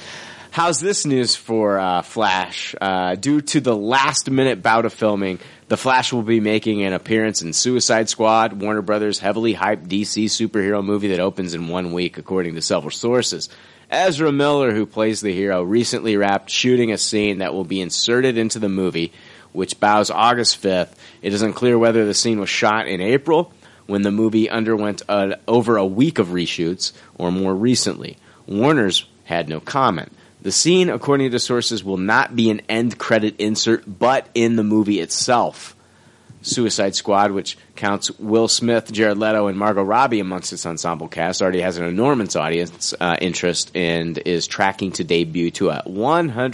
How's this news for uh, Flash? Uh, due to the last minute bout of filming, The Flash will be making an appearance in Suicide Squad, Warner Brothers' heavily hyped DC superhero movie that opens in one week, according to several sources. Ezra Miller, who plays the hero, recently wrapped shooting a scene that will be inserted into the movie, which bows August 5th. It is unclear whether the scene was shot in April when the movie underwent uh over a week of reshoots, or more recently. Warner's had no comment. The scene, according to sources, will not be an end credit insert, but in the movie itself. Suicide Squad, which counts Will Smith, Jared Leto, and Margot Robbie amongst its ensemble cast, already has an enormous audience uh, interest and is tracking to debut to a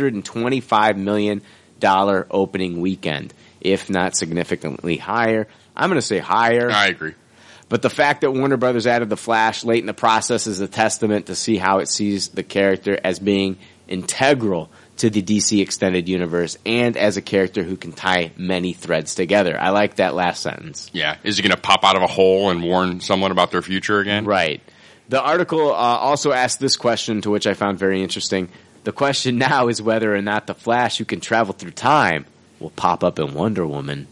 $125 million opening weekend, if not significantly higher. I'm going to say higher. I agree. But the fact that Warner Brothers added the Flash late in the process is a testament to see how it sees the character as being integral to the DC extended universe and as a character who can tie many threads together. I like that last sentence. Yeah. Is he going to pop out of a hole and warn someone about their future again? Right. The article uh, also asked this question, to which I found very interesting. The question now is whether or not the Flash, who can travel through time, will pop up in Wonder Woman.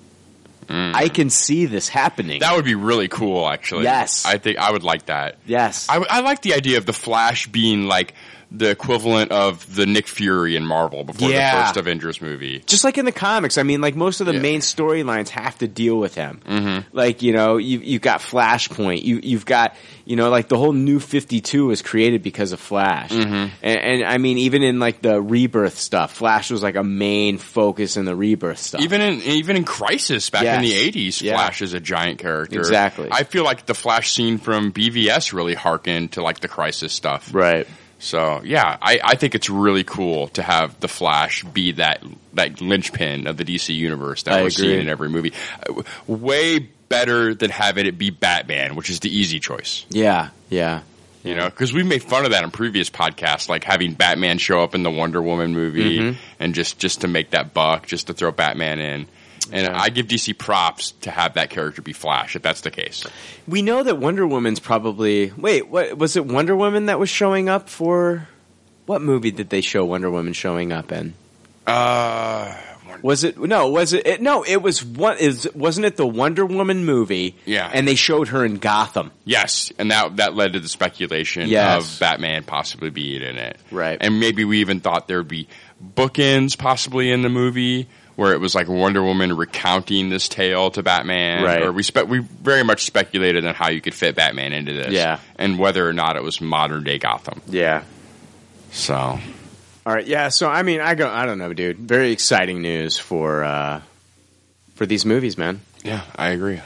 I can see this happening. Mm. That would be really cool, actually. Yes. I think I would like that. Yes. I, I like the idea of the Flash being like the equivalent of the Nick Fury in Marvel before Yeah. the first Avengers movie. Just like in the comics, I mean, like most of the Yeah. main storylines have to deal with him. Mm-hmm. Like you know, you you've got Flashpoint. You you've got you know, like the whole New Fifty Two was created because of Flash. Mhm. And, and I mean, even in like the Rebirth stuff, Flash was like a main focus in the Rebirth stuff. Even in even in Crisis back in Yes. the eighties, Yeah. Flash is a giant character. Exactly. I feel like the Flash scene from BVS really harkened to like the Crisis stuff. Right. So yeah, I, I think it's really cool to have the Flash be that that linchpin of the DC universe that I we're agree. seeing in every movie. Uh, Way better than having it be Batman, which is the easy choice. yeah, yeah. You know, because we made fun of that in previous podcasts, like having Batman show up in the Wonder Woman movie, Mhm. and just just to make that buck, just to throw Batman in. And I give DC props to have that character be Flash, if that's the case. We know that Wonder Woman's probably wait. What was it? Wonder Woman that was showing up for what movie did they show Wonder Woman showing up in? Uh, was it no? Was it, it no? It was one. Is wasn't it the Wonder Woman movie? Yeah. and they showed her in Gotham. Yes, and that that led to the speculation Yes. of Batman possibly being in it, Right. And maybe we even thought there'd be bookends possibly in the movie where it was like Wonder Woman recounting this tale to Batman, Right. Or we spe- we very much speculated on how you could fit Batman into this, Yeah. and whether or not it was modern day Gotham. Yeah. So, all right. Yeah. So I mean, I go. I don't know, dude. Very exciting news for uh for these movies, man. Yeah, I agree.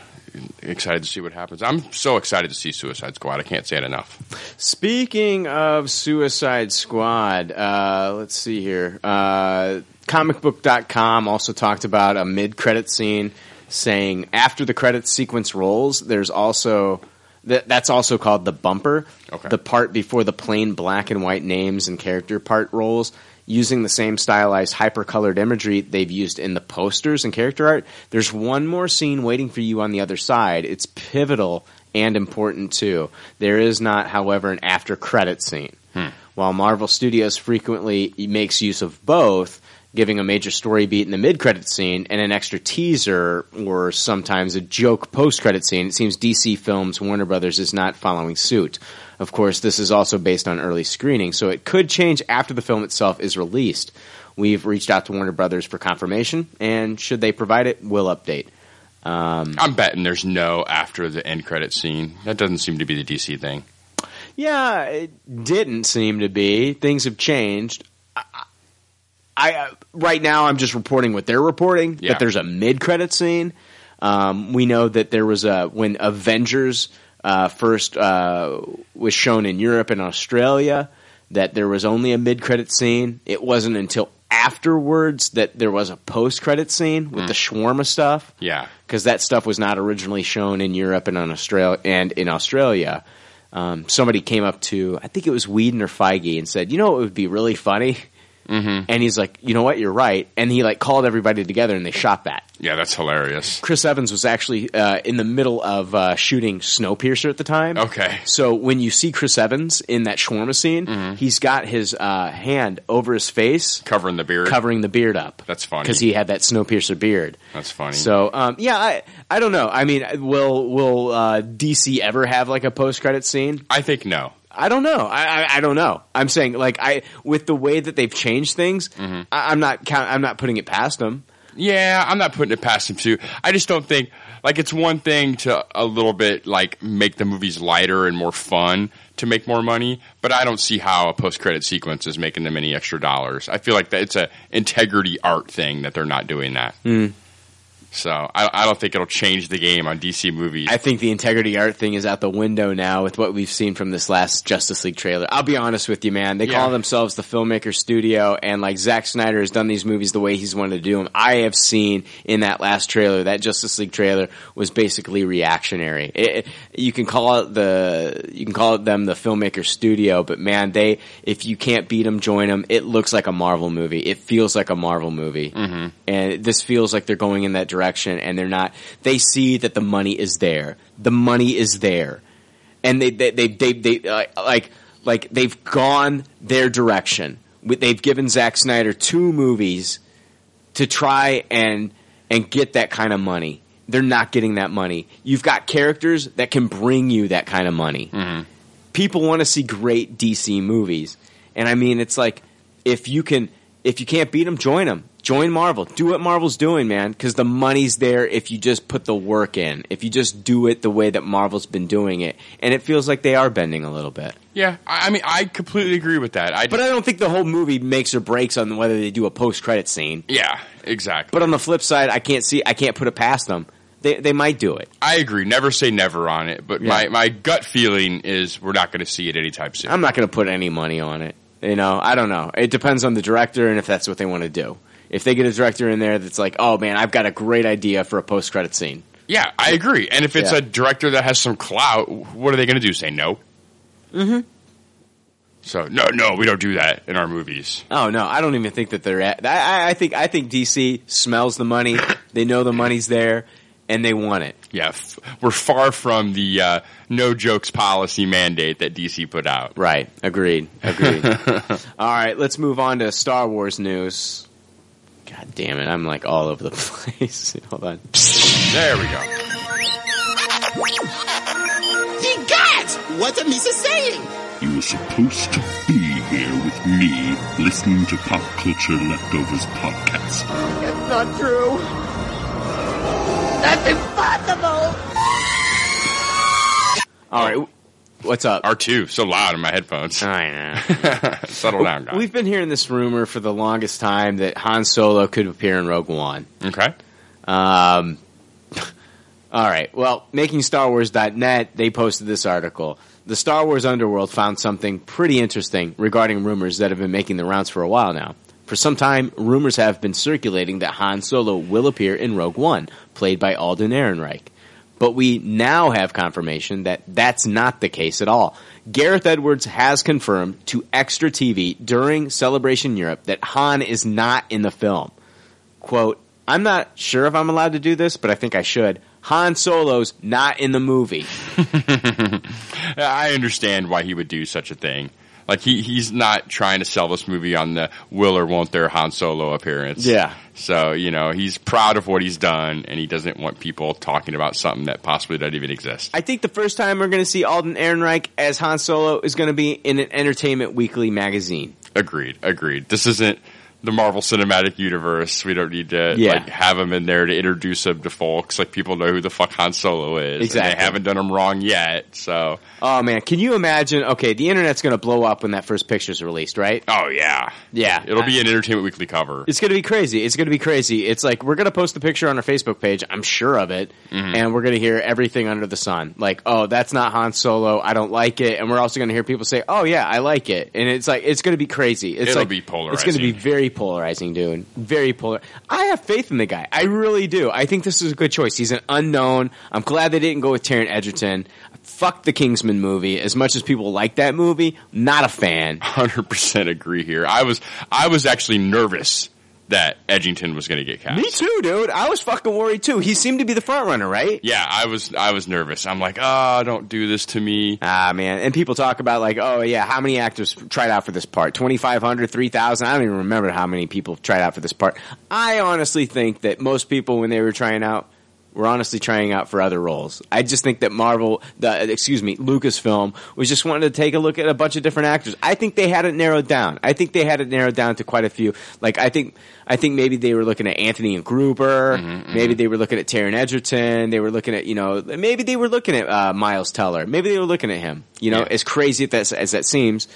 Excited to see what happens. I'm so excited to see Suicide Squad. I can't say it enough. Speaking of Suicide Squad, uh, let's see here. Uh, comicbook.com also talked about a mid credit scene saying after the credits sequence rolls, there's also. That, that's also called the bumper, Okay. the part before the plain black and white names and character part rolls, using the same stylized hypercolored imagery they've used in the posters and character art. There's one more scene waiting for you on the other side. It's pivotal and important too. There is not, however, an after credit scene. While Marvel Studios frequently makes use of both, giving a major story beat in the mid-credit scene and an extra teaser or sometimes a joke post-credit scene, it seems DC Films Warner Brothers is not following suit. Of course, this is also based on early screening, so it could change after the film itself is released. We've reached out to Warner Brothers for confirmation, and should they provide it, we'll update. Um, I'm betting there's no after the end credit scene. That doesn't seem to be the DC thing. Yeah, it didn't seem to be. Things have changed. I, I uh, right now I'm just reporting what they're reporting. Yeah. That there's a mid credit scene. Um, we know that there was a when Avengers uh, first uh, was shown in Europe and Australia. that there was only a mid-credit scene. It wasn't until afterwards that there was a post-credit scene with the shawarma stuff. Yeah. because that stuff was not originally shown in Europe and on Australia and in Australia. Um, somebody came up to I think it was Whedon or Feige and said, "You know, it would be really funny." Mm-hmm. And he's like, "You know what? You're right." And he like called everybody together and they shot that. Yeah, that's hilarious. Chris Evans was actually uh, in the middle of uh, shooting Snowpiercer at the time. Okay. Mm-hmm. So when you see Chris Evans in that shawarma scene, he's got his uh, hand over his face, Covering the beard. covering the beard up That's funny. because he had that Snowpiercer beard. That's funny. So um, yeah, I I don't know. I mean, will will uh, DC ever have like a post credit scene? I think no. I don't know. I, I I don't know. I'm saying like I with the way that they've changed things, Mm-hmm. I, I'm not count, I'm not putting it past them. Yeah, I'm not putting it past him too. I just don't think like it's one thing to a little bit like make the movies lighter and more fun to make more money, but I don't see how a post credit sequence is making them any extra dollars. I feel like that it's a integrity art thing that they're not doing that. Hmm. So I, I don't think it'll change the game on DC movies. I think the integrity art thing is out the window now with what we've seen from this last Justice League trailer. I'll be honest with you, man. They Yeah. call themselves the filmmaker studio, and like Zack Snyder has done these movies the way he's wanted to do them. I have seen in that last trailer, that Justice League trailer was basically reactionary. It, it- you can call it the you can call it them the filmmaker studio, but man, they if you can't beat them, join them. It looks like a Marvel movie. It feels like a Marvel movie and this feels like they're going in that direction and they're not they see that the money is there the money is there and they they they they, they uh, like like they've gone their direction With- they've given Zack Snyder two movies to try and and get that kind of money they're not getting that money you've got characters that can bring you that kind of money people want to see great DC movies. And I mean, it's like if you can, if you can't beat them, join them. Join Marvel. Do what Marvel's doing, man, because the money's there if you just put the work in. If you just do it the way that Marvel's been doing it, and it feels like they are bending a little bit. yeah, I, I mean I completely agree with that. I But uh, I don't think the whole movie makes or breaks on whether they do a post-credit scene. yeah, exactly. But on the flip side, I can't see, I can't put it past them. They they might do it. I agree. Never say never on it, but my, Yeah. my gut feeling is we're not going to see it anytime soon. I'm not going to put any money on it. You know, I don't know. It depends on the director and if that's what they want to do. If they get a director in there that's like, "Oh man, I've got a great idea for a post-credit scene," Yeah, I agree. And if it's Yeah. a director that has some clout, what are they going to do? Say no? Mm-hmm. So no, no, we don't do that in our movies. oh no, I don't even think that they're at. I, I- I think I think DC smells the money. they know the money's there, and they want it. Yeah, f- we're far from the uh, no jokes policy mandate that DC put out. Right. Agreed. Agreed. all right, let's move on to Star Wars news. God damn it, I'm like all over the (laughs) place. Hold on. There we go. Ye gods! What a Misa saying! You were supposed to be here with me, listening to Pop Culture Leftovers podcast. Not true. That's impossible! All right, what's up? R two so loud in my headphones. I know. (laughs) Settle down, guys. We've been hearing this rumor for the longest time that Han Solo could appear in Rogue One. Okay. Um, all right. Well, makingstarwars.net, they posted this article. The Star Wars underworld found something pretty interesting regarding rumors that have been making the rounds for a while now. For some time, rumors have been circulating that Han Solo will appear in Rogue One, played by Alden Ehrenreich. But we now have confirmation that that's not the case at all. Gareth Edwards has confirmed to Extra TV during Celebration Europe that Han is not in the film quote, I'm not sure if I'm allowed to do this, but I think I should. Han Solo's not in the movie. I understand why he would do such a thing. Like he, he's not trying to sell this movie on the will or won't there Han Solo appearance. Yeah. So, you know, he's proud of what he's done and he doesn't want people talking about something that possibly doesn't even exist. I think the first time we're going to see Alden Ehrenreich as Han Solo is going to be in an Entertainment Weekly magazine. Agreed. Agreed. This isn't the Marvel Cinematic Universe. We don't need to Yeah. like have him in there to introduce him to folks. Like people know who the fuck Han Solo is. And Exactly. they haven't done him wrong yet. So Oh man, can you imagine? Okay, the internet's going to blow up when that first picture's released, right? Oh yeah, yeah. it'll be an Entertainment Weekly cover. It's going to be crazy. It's going to be crazy. It's like we're going to post the picture on our Facebook page. I'm sure of it, and we're going to hear everything under the sun. Like, oh, that's not Han Solo. I don't like it. And we're also going to hear people say, oh yeah, I like it. And it's like it's going to be crazy. It's It'll like, be It's going to be polarizing. very polarizing, dude. Very polar. I have faith in the guy. I really do. I think this is a good choice. He's an unknown. I'm glad they didn't go with Taron Edgerton. Fuck the Kingsman movie. As much as people like that movie, not a fan. Hundred percent agree here. I was I was actually nervous that Edgington was going to get cast. Me too, dude. I was fucking worried too. He seemed to be the front runner, right? Yeah, I was I was nervous. I'm like, oh, don't do this to me. Ah, man. And people talk about like, oh yeah, how many actors tried out for this part? 2,500, 3,000? I don't even remember how many people tried out for this part. I honestly think that most people when they were trying out were honestly trying out for other roles. I just think that Marvel, the, excuse me, Lucasfilm was just wanting to take a look at a bunch of different actors. I think they had it narrowed down. I think they had it narrowed down to quite a few. Like I think, I think maybe they were looking at Anthony and Gruber. Maybe they were looking at Taron Edgerton. They were looking at you know maybe they were looking at uh, Miles Teller. Maybe they were looking at him. You know, as crazy as that, as that seems.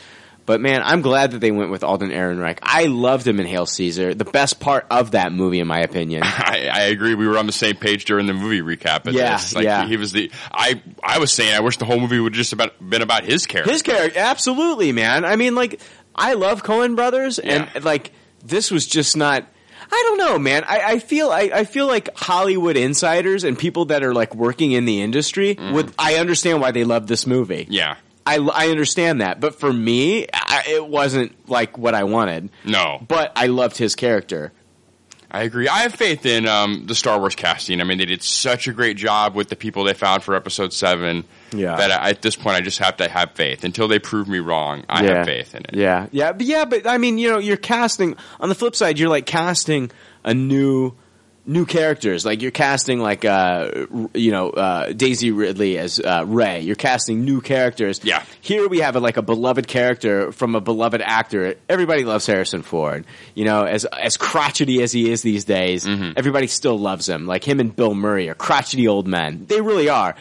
But man, I'm glad that they went with Alden Ehrenreich. I loved him in Hail Caesar. The best part of that movie, in my opinion. (laughs) (laughs) I, I agree. We were on the same page during the movie recap. Of Yeah, this. Like, yeah. He, he was the. I I was saying I wish the whole movie would just about been about his character. His character, absolutely, man. I mean, like, I love Cohen Brothers, and like, this was just not. I don't know, man. I, I feel I, I feel like Hollywood insiders and people that are like working in the industry would. I understand why they love this movie. Yeah. I, I understand that, but for me, I, it wasn't like what I wanted. No, but I loved his character. I agree. I have faith in um, the Star Wars casting. I mean, they did such a great job with the people they found for Episode Seven. Yeah. That I, at this point, I just have to have faith until they prove me wrong. I Yeah. have faith in it. Yeah, yeah, but yeah, but I mean, you know, you're casting. On the flip side, you're like casting a new, new characters. Like you're casting like, uh, r- you know, uh, Daisy Ridley as uh, Ray. You're casting new characters. Yeah. Here we have a, like a beloved character from a beloved actor. Everybody loves Harrison Ford. You know, as as crotchety as he is these days, Mm-hmm. everybody still loves him. Like him and Bill Murray are crotchety old men. They really are.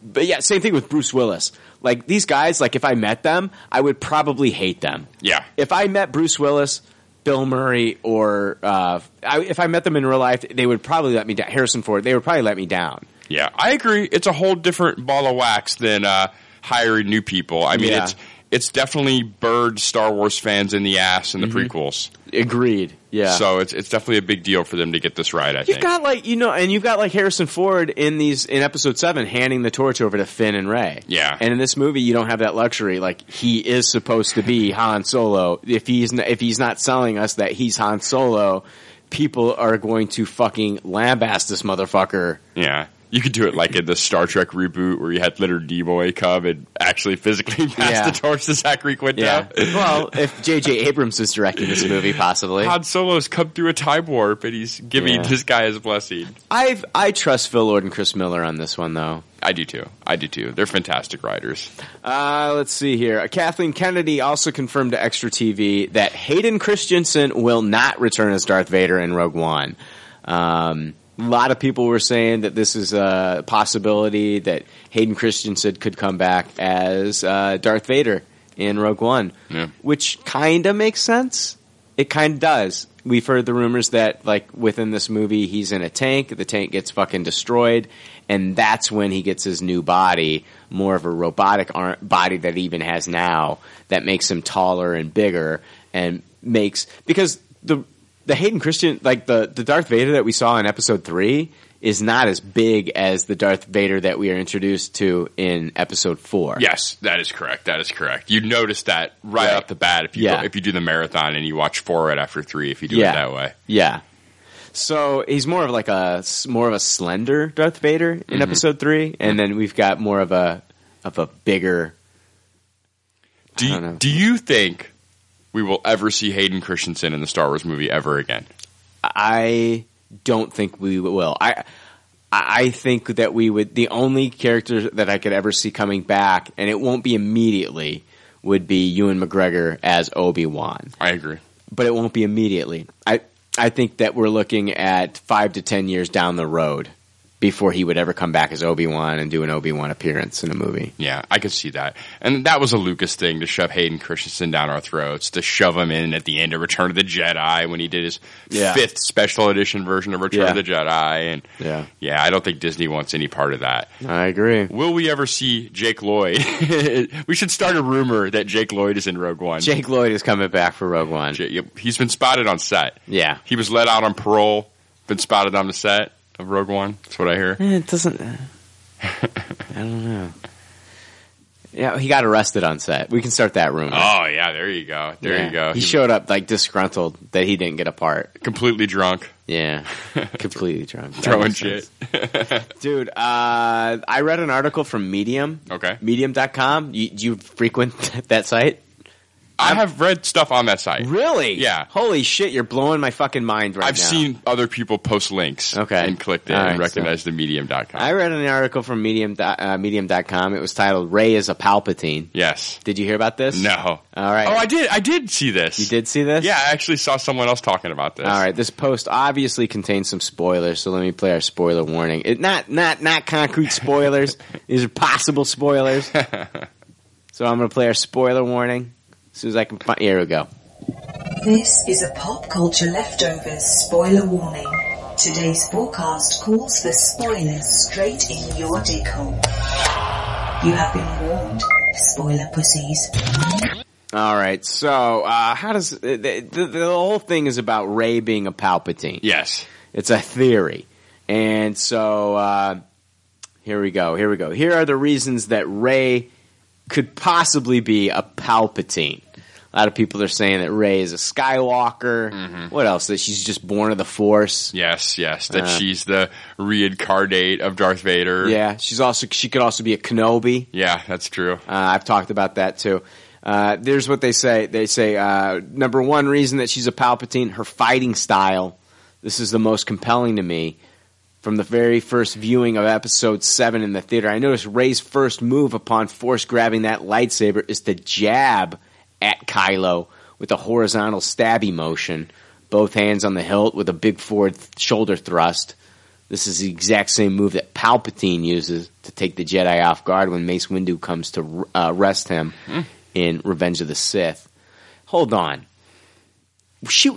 But yeah, same thing with Bruce Willis. Like these guys, like if I met them, I would probably hate them. Yeah. If I met Bruce Willis, Bill Murray, or uh, I, if I met them in real life, they would probably let me down. Harrison Ford, they would probably let me down. Yeah, I agree. It's a whole different ball of wax than uh, hiring new people. I mean, Yeah. it's it's definitely bird Star Wars fans in the ass in the Mm-hmm. prequels. Agreed. Yeah. So it's it's definitely a big deal for them to get this right. I You've think. got like you know, and you've got like Harrison Ford in these in episode seven, handing the torch over to Finn and Ray. Yeah. And in this movie, you don't have that luxury. Like he is supposed to be Han Solo. If he's n- if he's not selling us that he's Han Solo, people are going to fucking lambaste this motherfucker. yeah. You could do it like in the Star Trek reboot where you had Leonard Nimoy come and actually physically (laughs) pass Yeah. the torch to Zachary Quinto. well, if J.J. Abrams is directing this movie, possibly. Han Solo's come through a time warp and he's giving Yeah. this guy his blessing. I've I trust Phil Lord and Chris Miller on this one though. I do too. I do too. They're fantastic writers. Uh, let's see here. Kathleen Kennedy also confirmed to Extra TV that Hayden Christensen will not return as Darth Vader in Rogue One. Um, a lot of people were saying that this is a possibility that Hayden Christensen could come back as uh, Darth Vader in Rogue One, Yeah. which kind of makes sense. It kind of does. We've heard the rumors that, like, within this movie, he's in a tank. The tank gets fucking destroyed, and that's when he gets his new body, more of a robotic ar- body that he even has now, that makes him taller and bigger, and makes because the the Hayden Christian, like the the Darth Vader that we saw in Episode Three, is not as big as the Darth Vader that we are introduced to in Episode Four. Yes, that is correct. That is correct. You notice that right, Right. off the bat if you Yeah. if you do the marathon and you watch four right after three. If you do Yeah. it that way, Yeah. So he's more of like a more of a slender Darth Vader in episode three, and then we've got more of a of a bigger. do don't know. you, do you think we will ever see Hayden Christensen in the Star Wars movie ever again? I don't think we will. I I think that we would. The only character that I could ever see coming back, and it won't be immediately, would be Ewan McGregor as Obi Wan. I agree. but it won't be immediately. I I think that we're looking at five to ten years down the road before he would ever come back as Obi Wan and do an Obi Wan appearance in a movie. Yeah, I could see that. And that was a Lucas thing to shove Hayden Christensen down our throats, to shove him in at the end of Return of the Jedi when he did his Yeah. fifth special edition version of Return Yeah. of the Jedi. And Yeah, yeah, I don't think Disney wants any part of that. I agree. Will we ever see Jake Lloyd? (laughs) we should start a rumor that Jake Lloyd is in Rogue One. Jake Lloyd is coming back for Rogue One. J- yep, he's been spotted on set. Yeah, He was let out on parole, been spotted on the set of Rogue One. That's what I hear. Eh, it doesn't. (laughs) I don't know. Yeah, he got arrested on set. We can start that rumor. Oh yeah, there you go. There Yeah. you go. He was showed up like disgruntled that he didn't get a part. completely drunk, (laughs) Yeah, completely drunk, That throwing makes shit. sense. dude. Uh, I read an article from Medium, Okay. Medium.com. You, do you frequent (laughs) that site? I have read stuff on that site. Really? Yeah. Holy shit! You're blowing my fucking mind right I've now. seen other people post links Okay. and clicked it All and right, so- recognized the medium.com. I read an article from Medium dot- uh, Medium.com. It was titled "Ray is a Palpatine." yes. Did you hear about this? No. All right. Oh, I did. I did see this. You did see this? Yeah, I actually saw someone else talking about this. All right, this post obviously contains some spoilers, so let me play our spoiler warning. It not not not concrete (laughs) spoilers; these are possible spoilers. so I'm going to play our spoiler warning as soon as I can find. Here we go. This is a pop culture leftovers spoiler warning. Today's forecast calls for spoilers straight in your dick hole. You have been warned, spoiler pussies. All right, so uh, how does the, the, the whole thing is about Ray being a Palpatine? Yes. It's a theory. And so uh, here we go. Here we go. Here are the reasons that Ray could possibly be a Palpatine. A lot of people are saying that Ray is a Skywalker. What else? That she's just born of the Force. Yes. Yes. That Uh. she's the reincarnate of Darth Vader. Yeah, she's also she could also be a Kenobi. Yeah, that's true. Uh, I've talked about that too. Uh, there's what they say. They say uh, number one reason that she's a Palpatine, her fighting style. This is the most compelling to me from the very first viewing of Episode Seven in the theater. I noticed Ray's first move upon force grabbing that lightsaber is to jab at Kylo with a horizontal stabby motion, both hands on the hilt with a big forward th- shoulder thrust. This is the exact same move that Palpatine uses to take the Jedi off guard when Mace Windu comes to uh, rest him Hmm. in Revenge of the Sith. Hold on, she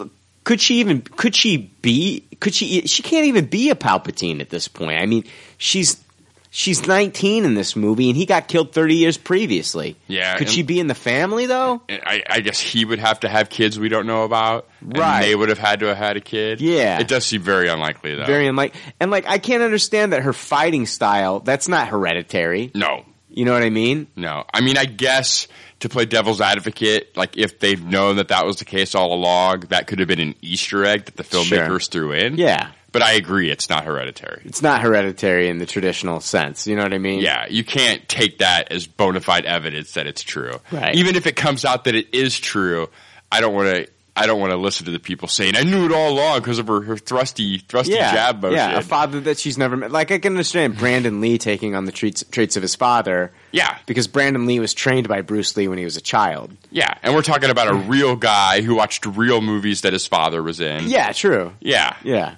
could she even could she be could she she can't even be a Palpatine at this point. I mean, she's she's nineteen in this movie, and he got killed thirty years previously. Yeah, could and- she be in the family though? And I, I guess he would have to have kids we don't know about. and Right. they would have had to have had a kid. Yeah. It does seem very unlikely, though. Very unlike, and like I can't understand that her fighting style. That's not hereditary. No. You know what I mean? No. I mean, I guess to play devil's advocate, like if they'd known that that was the case all along, that could have been an Easter egg that the filmmakers threw in. Yeah. But I agree, it's not hereditary. it's not hereditary in the traditional sense. You know what I mean? Yeah, you can't take that as bona fide evidence that it's true. Right. Even if it comes out that it is true, I don't want to. I don't want to listen to the people saying I knew it all along because of her, her thrusty, thrusty Yeah, jab motion. yeah, a father that she's never met. Like I can understand Brandon Lee taking on the traits, traits of his father yeah, because Brandon Lee was trained by Bruce Lee when he was a child. yeah. And we're talking about a Mm. real guy who watched real movies that his father was in. Yeah, true. yeah, Yeah.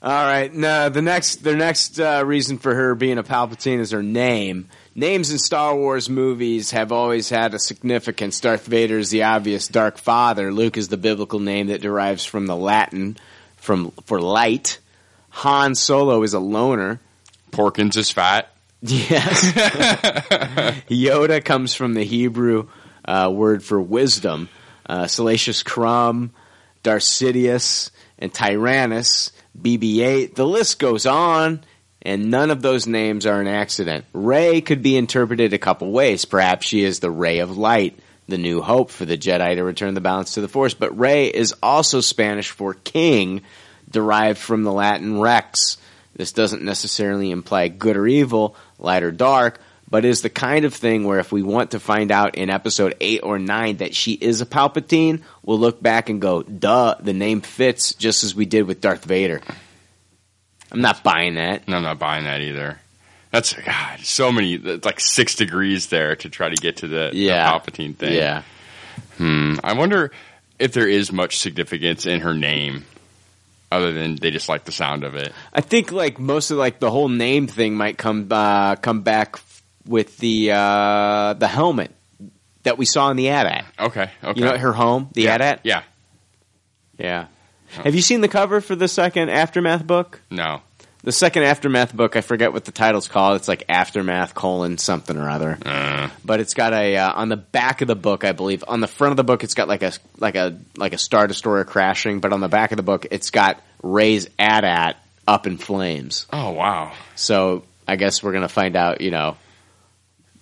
All right. No, the next the next uh, reason for her being a Palpatine is her name. Names in Star Wars movies have always had a significance. Darth Vader is the obvious dark father. Luke is the biblical name that derives from the Latin from for light. Han Solo is a loner. Porkins is fat. Yes. Yoda comes from the Hebrew uh, word for wisdom. Uh, Salacious Crumb, Darcidius, and Tyrannus, BB 8. The list goes on, and none of those names are an accident. Ray could be interpreted a couple ways. Perhaps she is the ray of light, the new hope for the Jedi to return the balance to the Force. But Ray is also Spanish for king, derived from the Latin rex. This doesn't necessarily imply good or evil, light or dark, but is the kind of thing where if we want to find out in episode 8 or 9 that she is a Palpatine, we'll look back and go, duh, the name fits just as we did with Darth Vader. I'm not buying that. No, I'm not buying that either. That's God. So many. It's like six degrees there to try to get to the, the Yeah. Palpatine thing. Yeah. I wonder. if there is much significance in her name, other than they just like the sound of it. I think like most of like the whole name thing might come uh, come back f- with the uh, the helmet that we saw in the ad. Okay, okay. You know her home, the ad ad. Yeah, yeah. Have you seen the cover for the second aftermath book? No. The second aftermath book, I forget what the title's called. It's like aftermath colon something or other. But it's got a uh, on the back of the book, I believe. On the front of the book, it's got like a like a like a star destroyer crashing. But on the back of the book, it's got Ray's at up in flames. Oh wow! So I guess we're gonna find out. You know,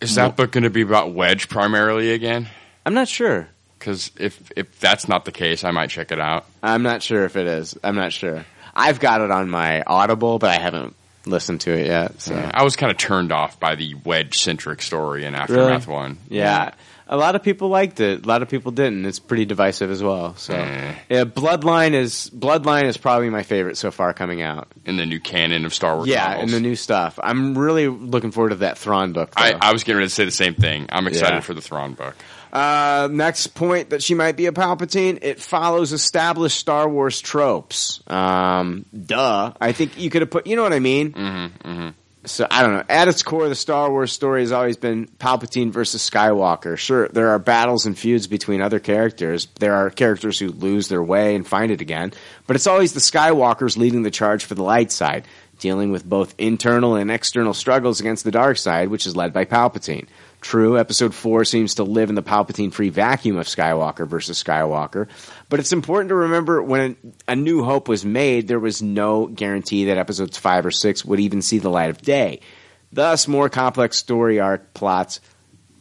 Is that book going to be about Wedge primarily again? I'm not sure. Because if if that's not the case, I might check it out. I'm not sure if it is. I'm not sure. I've got it on my Audible, but I haven't listened to it yet. So Yeah, I was kind of turned off by the Wedge centric story in Aftermath One. Yeah. A lot of people liked it. A lot of people didn't. It's pretty divisive as well. So, yeah, Bloodline is Bloodline is probably my favorite so far coming out. in the new canon of Star Wars. yeah, novels. and the new stuff. I'm really looking forward to that Thrawn book. I, though. I was getting ready to say the same thing. I'm excited Yeah. for the Thrawn book. Uh, next point that she might be a Palpatine. It follows established Star Wars tropes. Um, duh. I think you could have put. You know what I mean? Mm-hmm, mm-hmm. So I don't know. At its core, the Star Wars story has always been Palpatine versus Skywalker. Sure, there are battles and feuds between other characters. There are characters who lose their way and find it again. But it's always the Skywalkers leading the charge for the light side, dealing with both internal and external struggles against the dark side, which is led by Palpatine. True, episode 4 seems to live in the Palpatine free vacuum of Skywalker versus Skywalker, but it's important to remember when A New Hope was made, there was no guarantee that episodes 5 or 6 would even see the light of day. Thus, more complex story arc plots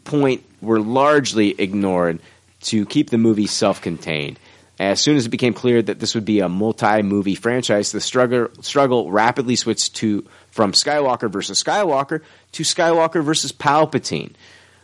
point were largely ignored to keep the movie self contained. As soon as it became clear that this would be a multi-movie franchise, the struggle struggle rapidly switched to from Skywalker versus Skywalker to Skywalker versus Palpatine,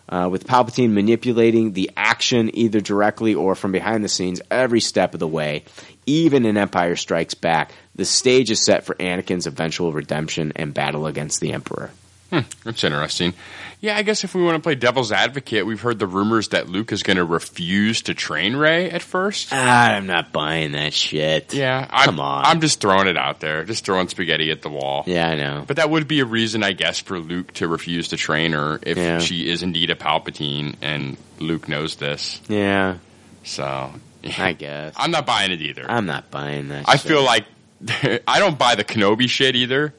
uh, with Palpatine manipulating the action either directly or from behind the scenes every step of the way. Even in Empire Strikes Back, the stage is set for Anakin's eventual redemption and battle against the Emperor. Hmm, that's interesting. Yeah, I guess if we want to play devil's advocate, we've heard the rumors that Luke is going to refuse to train Ray at first. I'm not buying that shit. Yeah, I'm, Come on. I'm just throwing it out there, just throwing spaghetti at the wall. Yeah, I know. But that would be a reason, I guess, for Luke to refuse to train her if Yeah. she is indeed a Palpatine, and Luke knows this. Yeah. So I guess I'm not buying it either. I'm not buying that. I shit. feel like (laughs) I don't buy the Kenobi shit either,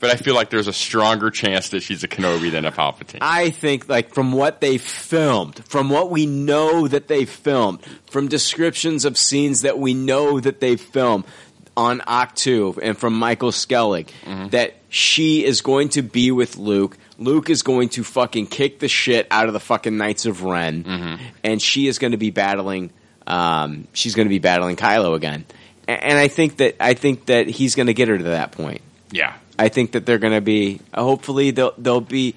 but I feel like there's a stronger chance that she's a Kenobi than a Palpatine. I think like from what they filmed, from what we know that they filmed, from descriptions of scenes that we know that they filmed on Octave and from Michael Skellig, that she is going to be with Luke. Luke is going to fucking kick the shit out of the fucking Knights of Ren, and she is going to be battling. Um, she's going to be battling Kylo again, A- and I think that I think that he's going to get her to that point. Yeah. I think that they're going to be. uh, Hopefully, they'll they'll be.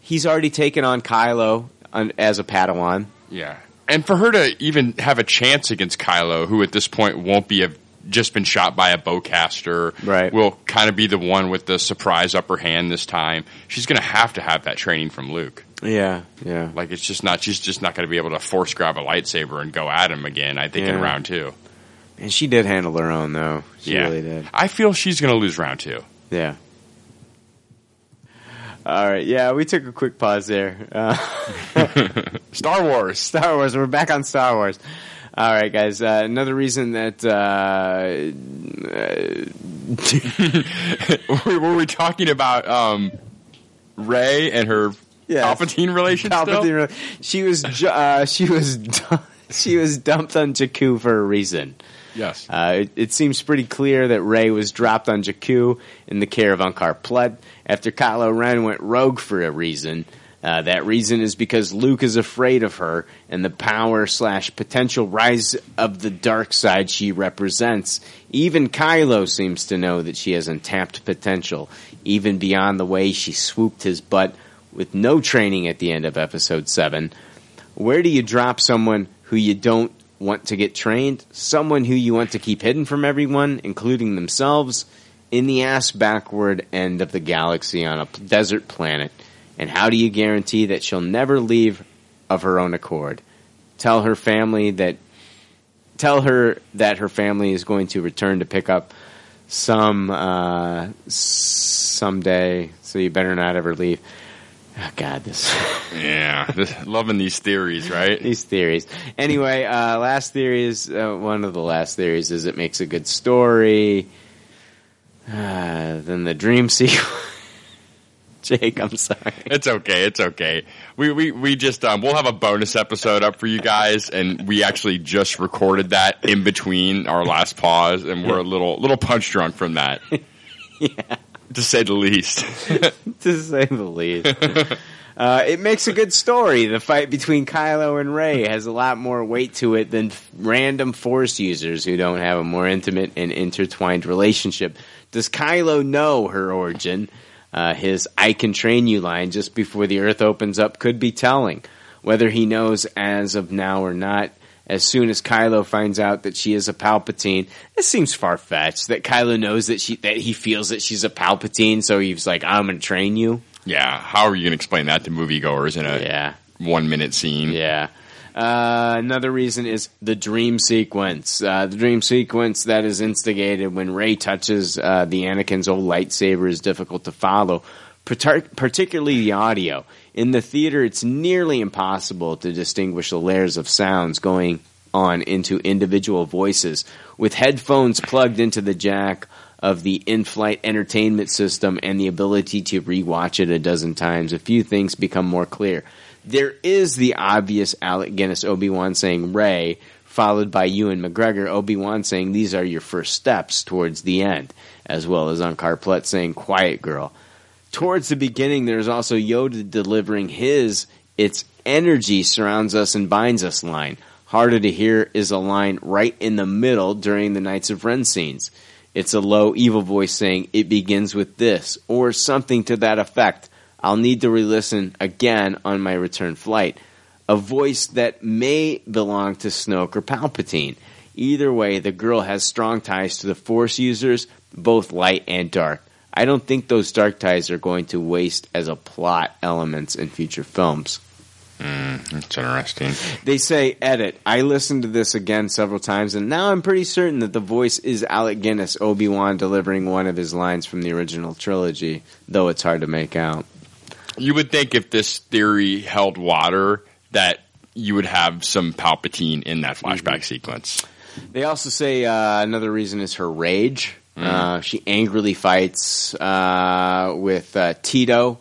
He's already taken on Kylo on, as a Padawan. Yeah. And for her to even have a chance against Kylo, who at this point won't be a, just been shot by a bowcaster, right. will kind of be the one with the surprise upper hand this time. She's going to have to have that training from Luke. Yeah, yeah. Like it's just not she's just not going to be able to force grab a lightsaber and go at him again. I think in Yeah. round two. And she did handle her own though. She Yeah. really did. I feel she's going to lose round two. Yeah. All right. Yeah, we took a quick pause there. Uh, Star (laughs) Wars. Star Wars. We're back on Star Wars. All right, guys. Uh, another reason that uh, (laughs) were, were we talking about um, Ray and her Palpatine relation? Palpatine still? rela- she was ju- uh, she was (laughs) du- she was dumped on Jakku for a reason. Yes. Uh, it, it seems pretty clear that Rey was dropped on Jakku in the care of Ankar Plutt after Kylo Ren went rogue for a reason. Uh, that reason is because Luke is afraid of her and the power slash potential rise of the dark side she represents. Even Kylo seems to know that she has untapped potential, even beyond the way she swooped his butt with no training at the end of episode 7. Where do you drop someone who you don't want to get trained? Someone who you want to keep hidden from everyone, including themselves, in the ass backward end of the galaxy on a p- desert planet? And how do you guarantee that she'll never leave of her own accord? Tell her family that tell her that her family is going to return to pick up some uh, someday. So you better not ever leave. Oh, God, this. yeah, this, loving these theories, right? these theories. Anyway, uh, last theory is uh, one of the last theories is it makes a good story. Uh, then the dream (laughs) sequence. Jake, I'm sorry. (laughs) It's okay. It's okay. We we we just um we'll have a bonus episode up for you guys, and we actually just recorded that in between our last pause, and we're a little little punch drunk from that. (laughs) yeah, to say the least. to say the least. Uh, it makes a good story. The fight between Kylo and Rey has a lot more weight to it than f- random Force users who don't have a more intimate and intertwined relationship. Does Kylo know her origin? Uh, his I can train you line just before the earth opens up could be telling. Whether he knows as of now or not, as soon as Kylo finds out that she is a Palpatine, it seems far fetched that Kylo knows that she that he feels that she's a Palpatine, so he's like, I'm gonna train you. Yeah, how are you going to explain that to moviegoers in a yeah. one minute scene? Yeah. Uh, another reason is the dream sequence. Uh, the dream sequence that is instigated when Ray touches uh, the Anakin's old lightsaber is difficult to follow, partic- particularly the audio. In the theater, it's nearly impossible to distinguish the layers of sounds going on into individual voices. With headphones plugged into the jack, of the in-flight entertainment system and the ability to rewatch it a dozen times, a few things become more clear. There is the obvious Alec Guinness Obi-Wan saying Ray, followed by Ewan McGregor Obi-Wan saying these are your first steps towards the end, as well as Ankar Plutt saying Quiet Girl. Towards the beginning, there's also Yoda delivering his It's energy surrounds us and binds us line. Harder to hear is a line right in the middle during the Knights of Ren scenes. It's a low, evil voice saying, It begins with this, or something to that effect. I'll need to re listen again on my return flight. A voice that may belong to Snoke or Palpatine. Either way, the girl has strong ties to the Force users, both light and dark. I don't think those dark ties are going to waste as a plot elements in future films. Mm, that's interesting. They say edit. I listened to this again several times, and now I'm pretty certain that the voice is Alec Guinness, Obi Wan, delivering one of his lines from the original trilogy, though it's hard to make out. You would think if this theory held water, that you would have some Palpatine in that Mm-hmm. flashback sequence. They also say uh, another reason is her rage. Mm-hmm. Uh, she angrily fights uh, with uh, Tito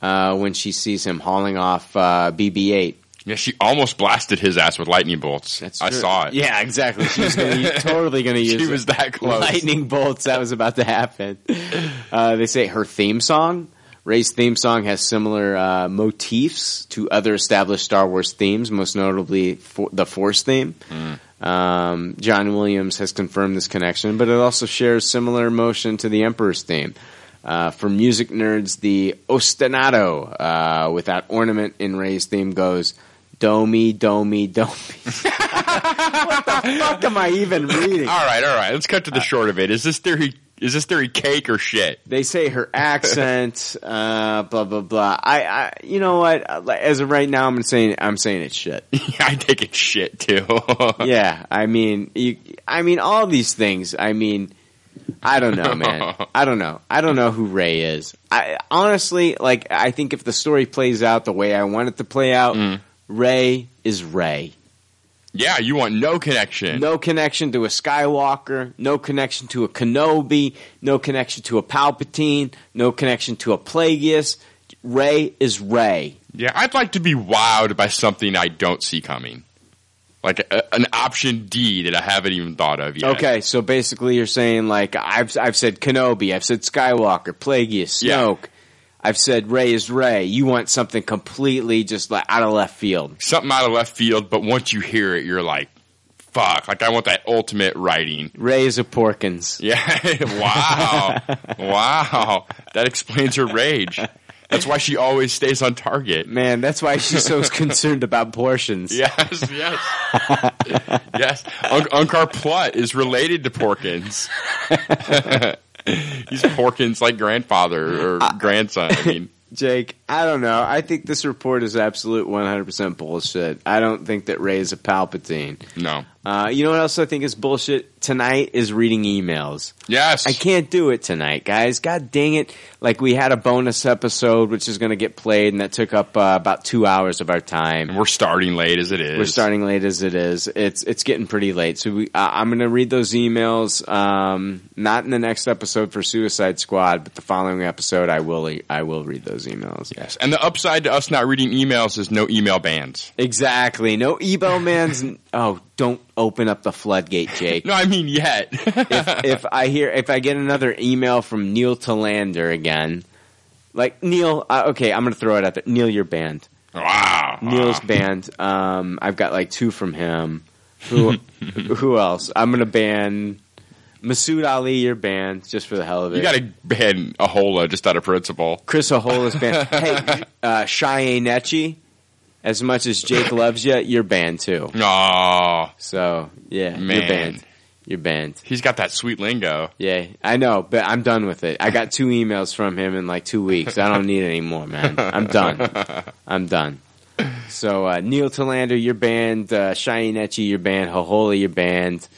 uh, when she sees him hauling off uh, BB-8. Yeah, she almost blasted his ass with lightning bolts. I true. saw it. Yeah, exactly. She was (laughs) gonna, use- totally going to use. She was that (laughs) close. Lightning bolts. That was about to happen. Uh, they say her theme song. Ray's theme song has similar uh, motifs to other established Star Wars themes, most notably for the Force theme. Um, John Williams has confirmed this connection, but it also shares similar motion to the Emperor's theme. Uh, for music nerds, the ostinato uh, without ornament in Ray's theme goes domi, domi, domi. (laughs) what the fuck am I even reading? (laughs) All right, all right. Let's cut to Uh, the short of it. Is this theory? Is this theory cake or shit? (laughs) They say her accent, uh, blah blah blah. I, I, you know what? Uh, like, As of right now, I'm saying I'm saying it's shit. I think it's shit too. (laughs) yeah, I mean, you, I mean, all these things. I mean, I don't know, man. I don't know. I don't know who Ray is. I honestly, like, I think if the story plays out the way I want it to play out, Ray is Ray. Yeah, you want no connection. No connection to a Skywalker, no connection to a Kenobi, no connection to a Palpatine, no connection to a Plagueis. Ray is Ray. Yeah, I'd like to be wowed by something I don't see coming, like a, an option D that I haven't even thought of yet. Okay, so basically you're saying like I've I've said Kenobi, I've said Skywalker, Plagueis, Yeah. Snoke. I've said Ray is Ray. You want something completely just like out of left field. something out of left field, but once you hear it, you're like, fuck, like I want that (laughs) ultimate writing. Ray is a Porkins. Yeah. (laughs) wow. wow. That explains her rage. That's why she always stays (laughs) on target. Man, that's why she's (laughs) so concerned about portions. Yes, yes. yes. Un- Unkar Plutt is related to Porkins. (laughs) He's Porkins like grandfather or grandson. I mean, Jake, I don't know. I think this report is absolute 100% bullshit. I don't think that Ray is a Palpatine. No. Uh, you know what else I think is bullshit? Tonight is reading emails. Yes. I can't do it tonight, guys. God dang it. Like, we had a bonus episode, which is going to get played, and that took up uh, about two hours of our time. And we're starting late as it is. We're starting late as it is. It's it's getting pretty late. So we, I I'm going to read those emails, um, not in the next episode for Suicide Squad, but the following episode, I will, I will read those emails. Yes. And the upside to us not reading emails is no email bans. Exactly. No (laughs) email man's. oh, don't open up the floodgate, Jake. no, I mean yet. if, if I hear, if I get another email from Neil Talander again, like Neil, uh, okay, I'm going to throw it out there. Neil, you're banned. (laughs) Wow. Neil's banned. Um, I've got like two from him. (laughs) Who, who else? I'm going to ban Masood Ali. You're banned just for the hell of it. You got to ban Ahola just out of principle. Chris Ahola's (laughs) banned. hey, uh, Cheyenne Etchi, as much as Jake loves you, you're banned too. No. So yeah, Man. you're banned. You're banned. He's got that sweet lingo. Yeah, I know, but I'm done with it. I got two emails from him in like two weeks. I don't need any more, man. I'm done. I'm done. So uh, Neil Talander, you're banned. Uh, Cheyenne Etchi, you're banned. Hoholi, you're banned.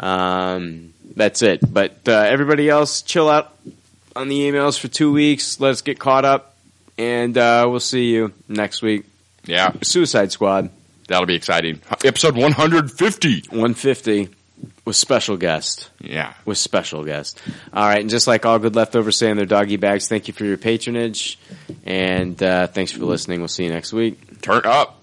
Um, that's it. But uh, everybody else, chill out on the emails for two weeks. Let's get caught up, and uh, we'll see you next week. Yeah. Suicide Squad. That'll be exciting. Episode 150. 150 with special guest. Yeah. With special guest. All right. And just like all good leftovers say in their doggy bags, thank you for your patronage. And uh, thanks for listening. We'll see you next week. Turn up.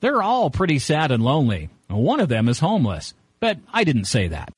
They're all pretty sad and lonely. One of them is homeless, but I didn't say that.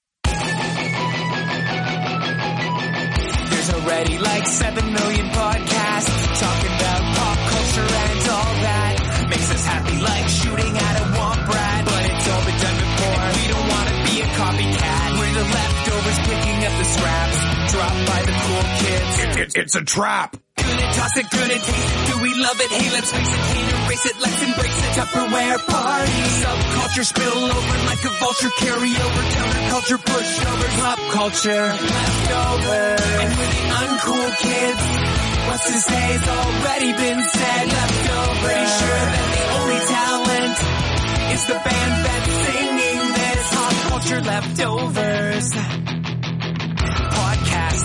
There's already like 7 million podcasts talking about pop culture and all that. Makes us happy like shooting at a womp rat. But it's all been done before. And we don't want to be a copycat. We're the leftovers picking up the scraps dropped by the cool kids. it's a trap. Good at toss it, good at taste it. Do we love it? Hey, let's face it. Can't erase it. Let's embrace it. Tupperware party. Subculture spill over like a vulture. Carry over counterculture pushovers. Pop culture leftovers. And we're the uncool kids. What's to say has already been said. Leftovers. Pretty sure that the only talent is the band that's singing this. Pop culture leftovers. Podcasts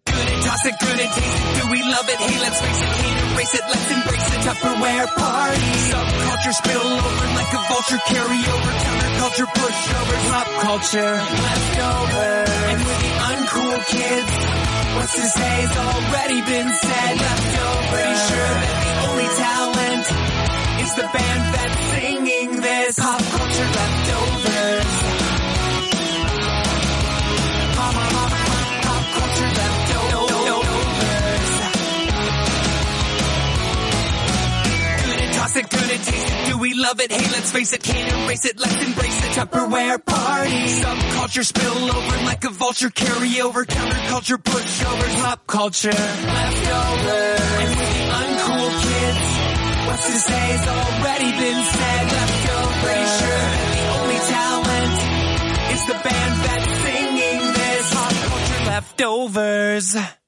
Good and toss it, good and taste it. Do we love it? Hey, let's face it, can't erase it. Let's embrace it. Tupperware party. Subculture spill over like a vulture. Carry over counterculture pushovers. Pop culture leftovers. And we're the uncool kids. What's to say has already been said. Leftovers. Pretty sure that the only talent is the band that's singing this. Pop culture leftovers. Mama, mama, pop culture leftovers. Good and toss it, good and taste it. Do we love it? Hey, let's face it, can't erase it. Let's embrace it. Tupperware party. Subculture spill over like a vulture. Carry over counterculture pushovers. Pop culture leftovers. And we're the uncool kids. What's to say has already been said. Leftovers. Pretty sure that the only talent is the band that's singing this. Pop culture leftovers.